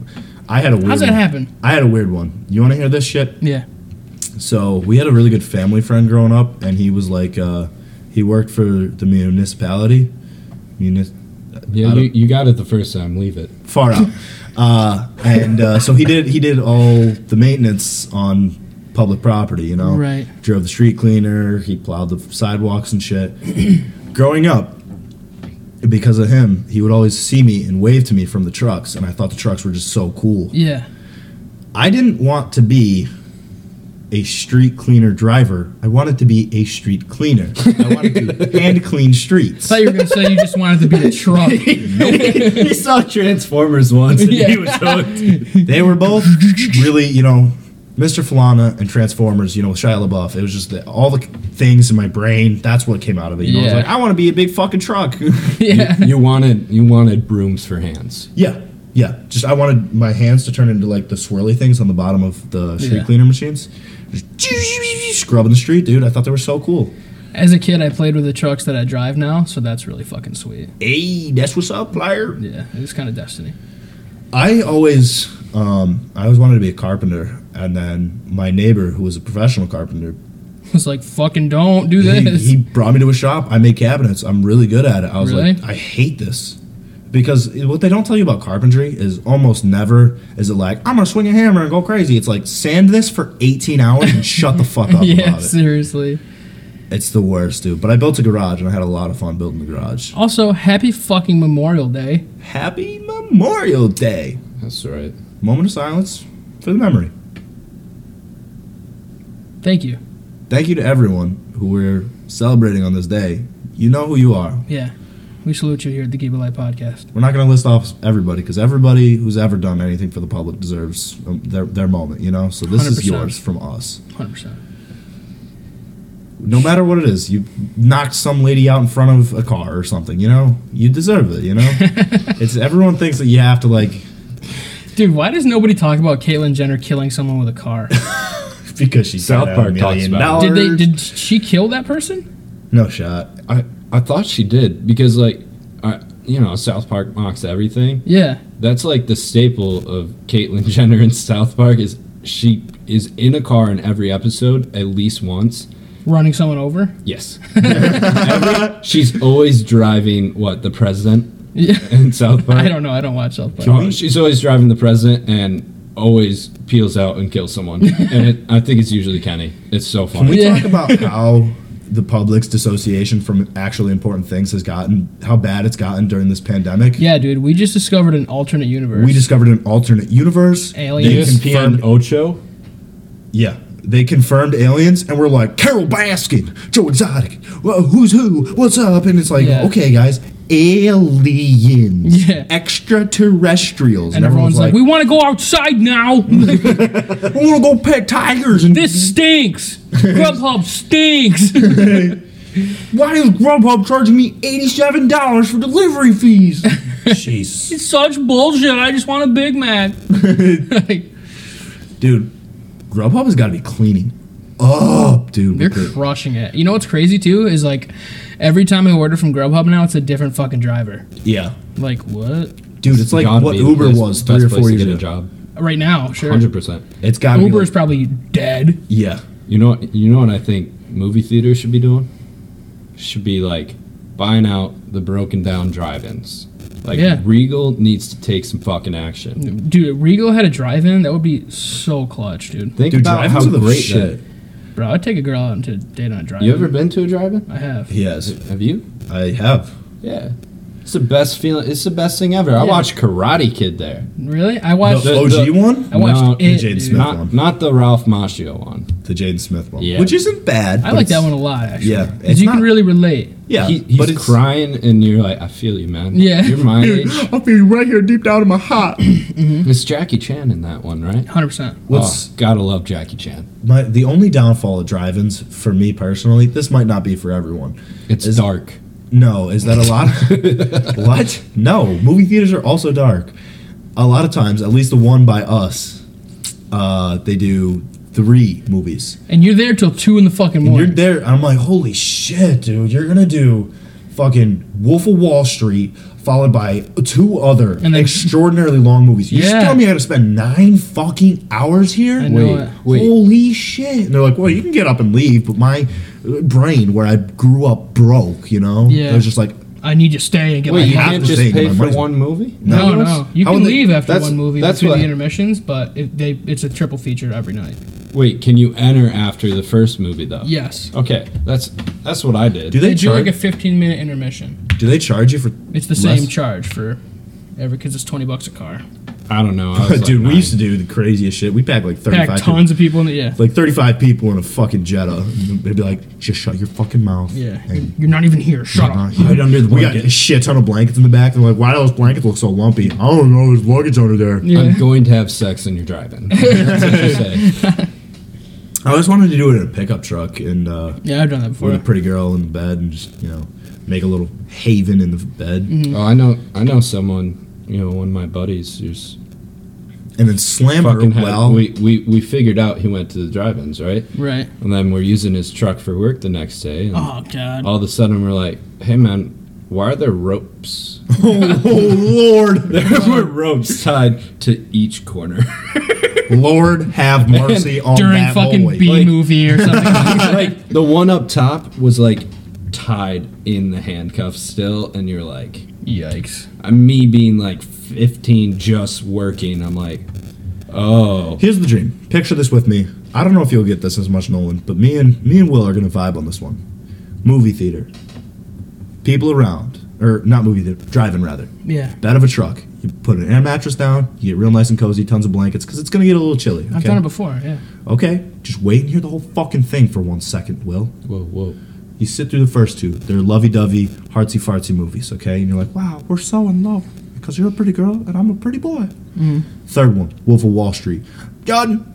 [SPEAKER 1] I had a weird.
[SPEAKER 3] How's that
[SPEAKER 1] one.
[SPEAKER 3] happen?
[SPEAKER 1] I had a weird one. You want to hear this shit?
[SPEAKER 3] Yeah.
[SPEAKER 1] So we had a really good family friend growing up, and he was like, uh, he worked for the municipality, munis-
[SPEAKER 2] Yeah,
[SPEAKER 1] I
[SPEAKER 2] you, you got it the first time. Leave it.
[SPEAKER 1] far out, uh, and uh, so he did he did all the maintenance on public property. You know,
[SPEAKER 3] Right.
[SPEAKER 1] Drove the street cleaner, he plowed the sidewalks and shit. growing up, because of him, he would always see me and wave to me from the trucks, and I thought the trucks were just so cool.
[SPEAKER 3] Yeah.
[SPEAKER 1] I didn't want to be a street cleaner driver. I wanted to be a street cleaner. I wanted <laughs> to hand clean streets.
[SPEAKER 3] thought you were gonna say you just wanted to be
[SPEAKER 1] <laughs>
[SPEAKER 3] a truck.
[SPEAKER 1] he saw Transformers once and
[SPEAKER 3] Yeah.
[SPEAKER 1] he was hooked. They were both really, you know, Mr. Falana and Transformers, you know, with Shia LaBeouf. It was just the, all the things in my brain. That's what came out of it. You know, I was
[SPEAKER 3] Yeah.
[SPEAKER 1] like, I want to be a big fucking truck.
[SPEAKER 3] <laughs>
[SPEAKER 1] <laughs>
[SPEAKER 3] yeah.
[SPEAKER 2] You wanted you wanted brooms for hands.
[SPEAKER 1] yeah. Yeah, just I wanted my hands to turn into like the swirly things on the bottom of the street
[SPEAKER 3] Yeah.
[SPEAKER 1] cleaner machines. Just scrubbing the street, dude. I thought they were so cool.
[SPEAKER 3] As a kid, I played with the trucks that I drive now, so that's really fucking sweet.
[SPEAKER 1] Hey, that's what's up, player.
[SPEAKER 3] Yeah, it was kind of destiny.
[SPEAKER 1] I always, um, I always wanted to be a carpenter, and then my neighbor, who was a professional carpenter,
[SPEAKER 3] It was like fucking don't do
[SPEAKER 1] he,
[SPEAKER 3] this.
[SPEAKER 1] he brought me to a shop. I made cabinets. I'm really good at it. I was like,
[SPEAKER 3] Really?
[SPEAKER 1] I hate this because what they don't tell you about carpentry is almost never is it like I'm gonna swing a hammer and go crazy. It's like sand this for 18 hours and shut the fuck
[SPEAKER 3] <laughs>
[SPEAKER 1] up
[SPEAKER 3] yeah,
[SPEAKER 1] about it.
[SPEAKER 3] seriously.
[SPEAKER 1] It's the worst, dude. But I built a garage and I had a lot of fun building the garage.
[SPEAKER 3] Also, happy fucking Memorial Day.
[SPEAKER 1] Happy Memorial Day.
[SPEAKER 2] That's right.
[SPEAKER 1] Moment of silence for the memory.
[SPEAKER 3] Thank you.
[SPEAKER 1] Thank you to everyone who we're celebrating on this day. You know who you are.
[SPEAKER 3] Yeah, we salute you here at the Keep It Light podcast.
[SPEAKER 1] We're not going to list off everybody because everybody who's ever done anything for the public deserves um, their, their moment, you know? So this is
[SPEAKER 3] 100%.
[SPEAKER 1] yours from us.
[SPEAKER 3] 100%.
[SPEAKER 1] No matter what it is, you knocked some lady out in front of a car or something, you know? You deserve it, you
[SPEAKER 3] <laughs>
[SPEAKER 1] know? it's everyone thinks that you have to, like,
[SPEAKER 3] Dude, why does nobody talk about Caitlyn Jenner killing someone with a car?
[SPEAKER 1] because she
[SPEAKER 2] South
[SPEAKER 1] got a
[SPEAKER 2] Park talks
[SPEAKER 1] million
[SPEAKER 2] about
[SPEAKER 3] did they?
[SPEAKER 1] dollars.
[SPEAKER 3] Did she kill that person?
[SPEAKER 1] no shot.
[SPEAKER 2] I I thought she did because like, I, you know, South Park mocks everything.
[SPEAKER 3] Yeah,
[SPEAKER 2] That's like the staple of Caitlyn <laughs> Jenner in South Park is she is in a car in every episode at least once.
[SPEAKER 3] running someone over.
[SPEAKER 2] <laughs> Yes. Every- she's always driving what the president
[SPEAKER 3] Yeah.
[SPEAKER 2] in South Park.
[SPEAKER 3] I don't know. I don't watch South Park.
[SPEAKER 2] Oh, she's always driving the president and always peels out and
[SPEAKER 1] <laughs>
[SPEAKER 2] kills someone. and it, I think it's usually Kenny. It's so
[SPEAKER 1] Can we
[SPEAKER 2] funny.
[SPEAKER 3] Yeah.
[SPEAKER 1] talk about how the public's dissociation from actually important things has gotten, how bad it's gotten during this pandemic?
[SPEAKER 3] Yeah, dude, we just discovered an alternate universe.
[SPEAKER 1] We discovered an alternate universe.
[SPEAKER 3] Aliens.
[SPEAKER 1] They
[SPEAKER 3] You
[SPEAKER 2] Just
[SPEAKER 1] confirmed,
[SPEAKER 2] confirmed Ocho.
[SPEAKER 1] yeah, they confirmed aliens, and we're like Carol Baskin, Joe Exotic, well, who's who, what's up? And it's like,
[SPEAKER 3] Yeah.
[SPEAKER 1] okay, guys, aliens,
[SPEAKER 3] Yeah.
[SPEAKER 1] extraterrestrials,
[SPEAKER 3] and everyone's like,
[SPEAKER 1] we,
[SPEAKER 3] "We want to go outside now. <laughs>
[SPEAKER 1] want to go pet tigers, and
[SPEAKER 3] this stinks. Grubhub stinks." <laughs>
[SPEAKER 1] why is Grubhub charging me eighty-seven dollars for delivery
[SPEAKER 3] <laughs>
[SPEAKER 1] fees? Jesus.
[SPEAKER 3] It's such bullshit. I just want a Big <laughs> Mac. like,
[SPEAKER 1] dude, Grubhub has got to be cleaning up, dude.
[SPEAKER 3] they're
[SPEAKER 1] with the-
[SPEAKER 3] crushing it. You know what's crazy too is like, every time I order from Grubhub now, it's a different fucking driver.
[SPEAKER 1] yeah,
[SPEAKER 3] Like what?
[SPEAKER 1] dude, it's like
[SPEAKER 2] Gotta
[SPEAKER 1] what
[SPEAKER 2] be the
[SPEAKER 1] Uber
[SPEAKER 2] best-
[SPEAKER 1] was
[SPEAKER 2] best
[SPEAKER 1] three or
[SPEAKER 2] place
[SPEAKER 1] four
[SPEAKER 2] to
[SPEAKER 1] years
[SPEAKER 2] get a
[SPEAKER 1] ago.
[SPEAKER 2] job.
[SPEAKER 3] Right now, sure.
[SPEAKER 2] Hundred percent.
[SPEAKER 1] It's got to be
[SPEAKER 3] Uber
[SPEAKER 1] like,
[SPEAKER 3] is probably dead.
[SPEAKER 1] yeah.
[SPEAKER 2] You know. what- You know what I think movie theaters should be doing? Should be like buying out the broken down drive-ins. Like
[SPEAKER 3] Yeah.
[SPEAKER 2] Regal needs to take some fucking action.
[SPEAKER 3] Dude, if Regal had a drive-in. That would be so clutch, dude.
[SPEAKER 2] Think
[SPEAKER 1] Dude,
[SPEAKER 2] about
[SPEAKER 1] drive-ins
[SPEAKER 2] how
[SPEAKER 1] are the
[SPEAKER 2] great
[SPEAKER 1] shit.
[SPEAKER 2] that.
[SPEAKER 3] Bro, I'd take a girl out to date on a drive-in.
[SPEAKER 2] You ever been to a drive-in?
[SPEAKER 3] I have.
[SPEAKER 1] Yes,
[SPEAKER 2] Have you?
[SPEAKER 1] I have.
[SPEAKER 2] Yeah. It's the best feeling. It's the best thing ever. I
[SPEAKER 3] Yeah.
[SPEAKER 2] watched Karate Kid there.
[SPEAKER 3] Really? I watched.
[SPEAKER 1] the
[SPEAKER 2] the-
[SPEAKER 1] OG
[SPEAKER 2] the-
[SPEAKER 1] one,
[SPEAKER 3] I watched
[SPEAKER 2] No,
[SPEAKER 3] it.
[SPEAKER 1] Jaden
[SPEAKER 3] dude.
[SPEAKER 1] Smith.
[SPEAKER 2] Not
[SPEAKER 1] one.
[SPEAKER 2] not the Ralph Macchio one.
[SPEAKER 1] the Jaden Smith one,
[SPEAKER 2] Yeah.
[SPEAKER 1] which isn't bad.
[SPEAKER 3] I
[SPEAKER 1] but
[SPEAKER 3] like that
[SPEAKER 1] it's-
[SPEAKER 3] one a lot. Actually.
[SPEAKER 1] Yeah,
[SPEAKER 3] 'Cause
[SPEAKER 1] it's
[SPEAKER 3] you
[SPEAKER 1] not-
[SPEAKER 3] can really relate.
[SPEAKER 1] Yeah,
[SPEAKER 2] He, he's
[SPEAKER 1] but it's
[SPEAKER 2] crying, and you're like, I feel you, man.
[SPEAKER 3] Yeah.
[SPEAKER 2] You're
[SPEAKER 3] <laughs>
[SPEAKER 2] my age.
[SPEAKER 1] I feel you right here, deep down in my heart. <clears throat>
[SPEAKER 2] It's Jackie Chan in that one, right?
[SPEAKER 3] Hundred percent.
[SPEAKER 1] What's
[SPEAKER 2] Oh, gotta love Jackie Chan.
[SPEAKER 1] my the only downfall of drive-ins for me personally? This might not be for everyone.
[SPEAKER 2] It's
[SPEAKER 1] Is-
[SPEAKER 2] dark.
[SPEAKER 1] No, is that a lot? what? No, movie theaters are also dark. A lot of times, at least the one by us, uh, they do three movies.
[SPEAKER 3] And you're there till two in the fucking
[SPEAKER 1] And you're
[SPEAKER 3] morning.
[SPEAKER 1] there. I'm like, holy shit, dude! You're gonna do fucking Wolf of Wall Street, followed by two other
[SPEAKER 3] And then-
[SPEAKER 1] extraordinarily long movies. You
[SPEAKER 3] Yeah.
[SPEAKER 1] just tell me I gotta spend nine fucking hours here.
[SPEAKER 3] I know it.
[SPEAKER 2] Wait.
[SPEAKER 1] Holy shit! And they're like, well, you can get up and leave, but my uh, brain, where I grew up, broke. You know,
[SPEAKER 3] Yeah.
[SPEAKER 1] I was just like,
[SPEAKER 3] I need to stay and get
[SPEAKER 2] Wait,
[SPEAKER 3] my
[SPEAKER 2] you
[SPEAKER 1] have
[SPEAKER 2] can't
[SPEAKER 1] to
[SPEAKER 2] just
[SPEAKER 1] say
[SPEAKER 2] pay
[SPEAKER 1] my
[SPEAKER 2] for
[SPEAKER 1] money's-
[SPEAKER 2] one movie?
[SPEAKER 3] No, no, you
[SPEAKER 1] How
[SPEAKER 3] can
[SPEAKER 1] would they-
[SPEAKER 3] leave after
[SPEAKER 2] that's-
[SPEAKER 3] one movie
[SPEAKER 2] that's
[SPEAKER 3] between
[SPEAKER 2] what
[SPEAKER 3] the
[SPEAKER 2] I-
[SPEAKER 3] intermissions, but it, they it's a triple feature every night.
[SPEAKER 2] Wait, can you enter after the first movie though?
[SPEAKER 3] Yes,
[SPEAKER 2] Okay, that's that's what I did.
[SPEAKER 1] Do
[SPEAKER 3] they,
[SPEAKER 1] they
[SPEAKER 3] do like
[SPEAKER 1] charge?
[SPEAKER 3] a 15 minute intermission.
[SPEAKER 1] do they charge you for?
[SPEAKER 3] It's the
[SPEAKER 1] less?
[SPEAKER 3] same charge for every because it's 20 bucks a car.
[SPEAKER 2] I don't
[SPEAKER 1] <laughs>
[SPEAKER 2] know. I was
[SPEAKER 1] Dude,
[SPEAKER 2] like
[SPEAKER 1] we used to do
[SPEAKER 2] nine.
[SPEAKER 1] the craziest shit. We packed like thirty-five.
[SPEAKER 3] Pack
[SPEAKER 1] people.
[SPEAKER 3] tons of people in the yeah.
[SPEAKER 1] like 35 people in a fucking Jetta. And They'd be like, just shut your fucking mouth.
[SPEAKER 3] Yeah,
[SPEAKER 1] And
[SPEAKER 3] you're not even here. Shut up.
[SPEAKER 1] hide under the we got a shit ton of blankets in the back. They're like, why do those blankets look so lumpy? I don't know. There's luggage under there.
[SPEAKER 2] I'm going to have sex and you're driving. That's what you
[SPEAKER 3] <laughs>
[SPEAKER 2] say.
[SPEAKER 1] I always wanted to do it in a pickup truck and uh,
[SPEAKER 3] Yeah, I've done that
[SPEAKER 1] with a
[SPEAKER 3] before.
[SPEAKER 1] pretty girl in the bed and just, you know, make a little haven in the bed
[SPEAKER 3] Mm-hmm.
[SPEAKER 2] Oh, I know. I know someone. You know, one of my buddies who's
[SPEAKER 1] and then slam her
[SPEAKER 2] fucking had.
[SPEAKER 1] well.
[SPEAKER 2] we, we we figured out he went to the drive-ins, right?
[SPEAKER 3] Right.
[SPEAKER 2] And then we're using his truck for work the next day. And
[SPEAKER 3] Oh god.
[SPEAKER 2] all of a sudden, we're like, "Hey, man, why are there ropes?
[SPEAKER 1] <laughs> oh, Lord.
[SPEAKER 3] <laughs>
[SPEAKER 2] there were ropes tied to each corner. <laughs>
[SPEAKER 1] Lord have mercy on
[SPEAKER 3] During
[SPEAKER 1] that boy.
[SPEAKER 3] fucking B
[SPEAKER 2] Like-
[SPEAKER 3] movie or something.
[SPEAKER 2] like the one up top was like tied in the handcuffs still, and you're like."
[SPEAKER 3] Yikes.
[SPEAKER 2] I'm- me being like 15 just working i'm like oh
[SPEAKER 1] Here's the dream. Picture this with me. I don't know if you'll get this as much, Nolan, but me and me and Will are gonna vibe on this one. Movie theater. People around, or not movie theater, driving rather.
[SPEAKER 3] Yeah.
[SPEAKER 1] Bed of a truck. You put an air mattress down. You get real nice and cozy. Tons of blankets, because it's gonna get a little chilly. Okay?
[SPEAKER 3] I've done it before. Yeah.
[SPEAKER 1] Okay. Just wait and hear the whole fucking thing for one second, Will.
[SPEAKER 2] whoa whoa
[SPEAKER 1] You sit through the first two. They're lovey-dovey, hartsy-fartsy movies, okay? And you're like, wow, we're so in love because you're a pretty girl and I'm a pretty boy. Third one, Wolf of Wall Street. Jordan,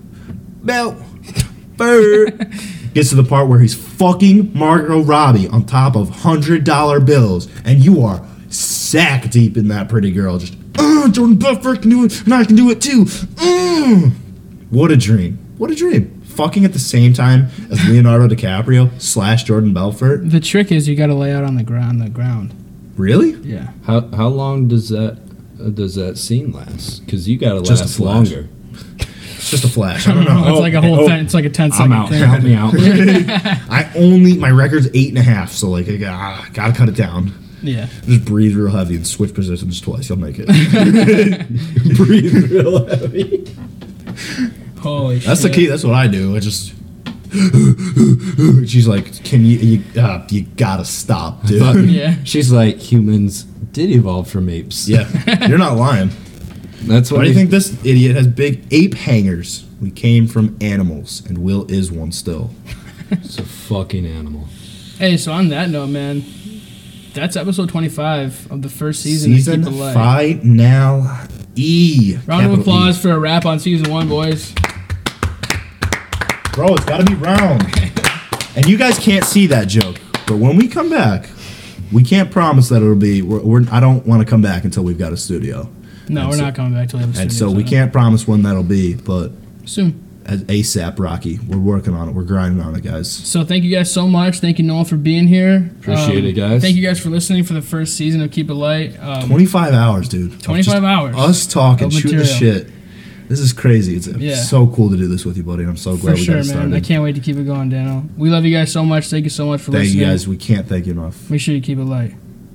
[SPEAKER 1] Bell, <laughs> Bird. Gets to the part where he's fucking Margot Robbie on top of $100 bills and you are sack deep in that pretty girl. Just, uh, Jordan Buffer can do it and I can do it too. Mm. What a dream. What a dream. Fucking at the same time as Leonardo DiCaprio slash Jordan Belfort.
[SPEAKER 3] The trick is you got to lay out on the ground. The ground.
[SPEAKER 1] Really?
[SPEAKER 3] Yeah.
[SPEAKER 2] how how long does that uh, does that scene last because you gotta
[SPEAKER 1] Just a
[SPEAKER 2] last
[SPEAKER 1] flash.
[SPEAKER 2] longer
[SPEAKER 1] It's just a flash. I don't
[SPEAKER 3] <laughs>
[SPEAKER 1] know.
[SPEAKER 3] it's like a whole.
[SPEAKER 2] oh,
[SPEAKER 3] ten, it's like a
[SPEAKER 2] i'm
[SPEAKER 3] 10 second
[SPEAKER 2] out <laughs>
[SPEAKER 3] thing.
[SPEAKER 2] help me out
[SPEAKER 1] I only my record's eight and a half, so like I gotta, gotta cut it down.
[SPEAKER 3] Yeah.
[SPEAKER 1] Just breathe real heavy and switch positions twice. You'll make it. breathe real heavy.
[SPEAKER 3] Holy shit.
[SPEAKER 1] That's the key. That's what I do. I just. <gasps> She's like, "Can you? You, uh, you gotta stop, dude.
[SPEAKER 3] Yeah.
[SPEAKER 2] she's like humans did evolve from apes
[SPEAKER 1] yeah, you're not lying.
[SPEAKER 2] that's what
[SPEAKER 1] Why do
[SPEAKER 2] I
[SPEAKER 1] you think this idiot has big ape hangers? We came from animals, and Will is one still.
[SPEAKER 2] it's a fucking animal
[SPEAKER 3] Hey, so on that note, man, that's episode 25 of the first season. of
[SPEAKER 1] Season
[SPEAKER 3] Keep It Light.
[SPEAKER 1] five now. E.
[SPEAKER 3] Round
[SPEAKER 1] Capital
[SPEAKER 3] of
[SPEAKER 1] E.
[SPEAKER 3] applause for a wrap on season one, boys.
[SPEAKER 1] Bro, it's gotta be round.
[SPEAKER 3] <laughs>
[SPEAKER 1] and you guys can't see that joke, but when we come back, we can't promise that it'll be. We're, we're, I don't want to come back until we've got a studio,
[SPEAKER 3] No, we're
[SPEAKER 1] so-
[SPEAKER 3] not coming back till we have a
[SPEAKER 1] and
[SPEAKER 3] studio
[SPEAKER 1] so we
[SPEAKER 3] set up.
[SPEAKER 1] can't promise when that'll be. But
[SPEAKER 3] soon.
[SPEAKER 1] as ASAP, Rocky, we're working on it. We're grinding on it, guys.
[SPEAKER 3] So thank you guys so much. Thank you Noel for being here. Um,
[SPEAKER 2] Appreciate it, guys.
[SPEAKER 3] Thank you guys for listening for the first season of Keep It Light. Um,
[SPEAKER 1] Twenty-five hours, dude. of
[SPEAKER 3] 25
[SPEAKER 1] just
[SPEAKER 3] hours
[SPEAKER 1] Us talking,
[SPEAKER 3] of
[SPEAKER 1] shooting the
[SPEAKER 3] material.
[SPEAKER 1] shit. This is crazy. It's
[SPEAKER 3] Yeah.
[SPEAKER 1] so cool to do this with you, buddy. I'm so Oh, glad
[SPEAKER 3] for
[SPEAKER 1] we
[SPEAKER 3] sure,
[SPEAKER 1] got
[SPEAKER 3] man.
[SPEAKER 1] it started.
[SPEAKER 3] I can't wait to keep it going, Daniel. We love you guys so much. Thank you so much for
[SPEAKER 1] Thank
[SPEAKER 3] listening.
[SPEAKER 1] you guys. We can't thank you enough.
[SPEAKER 3] Make sure you keep it light.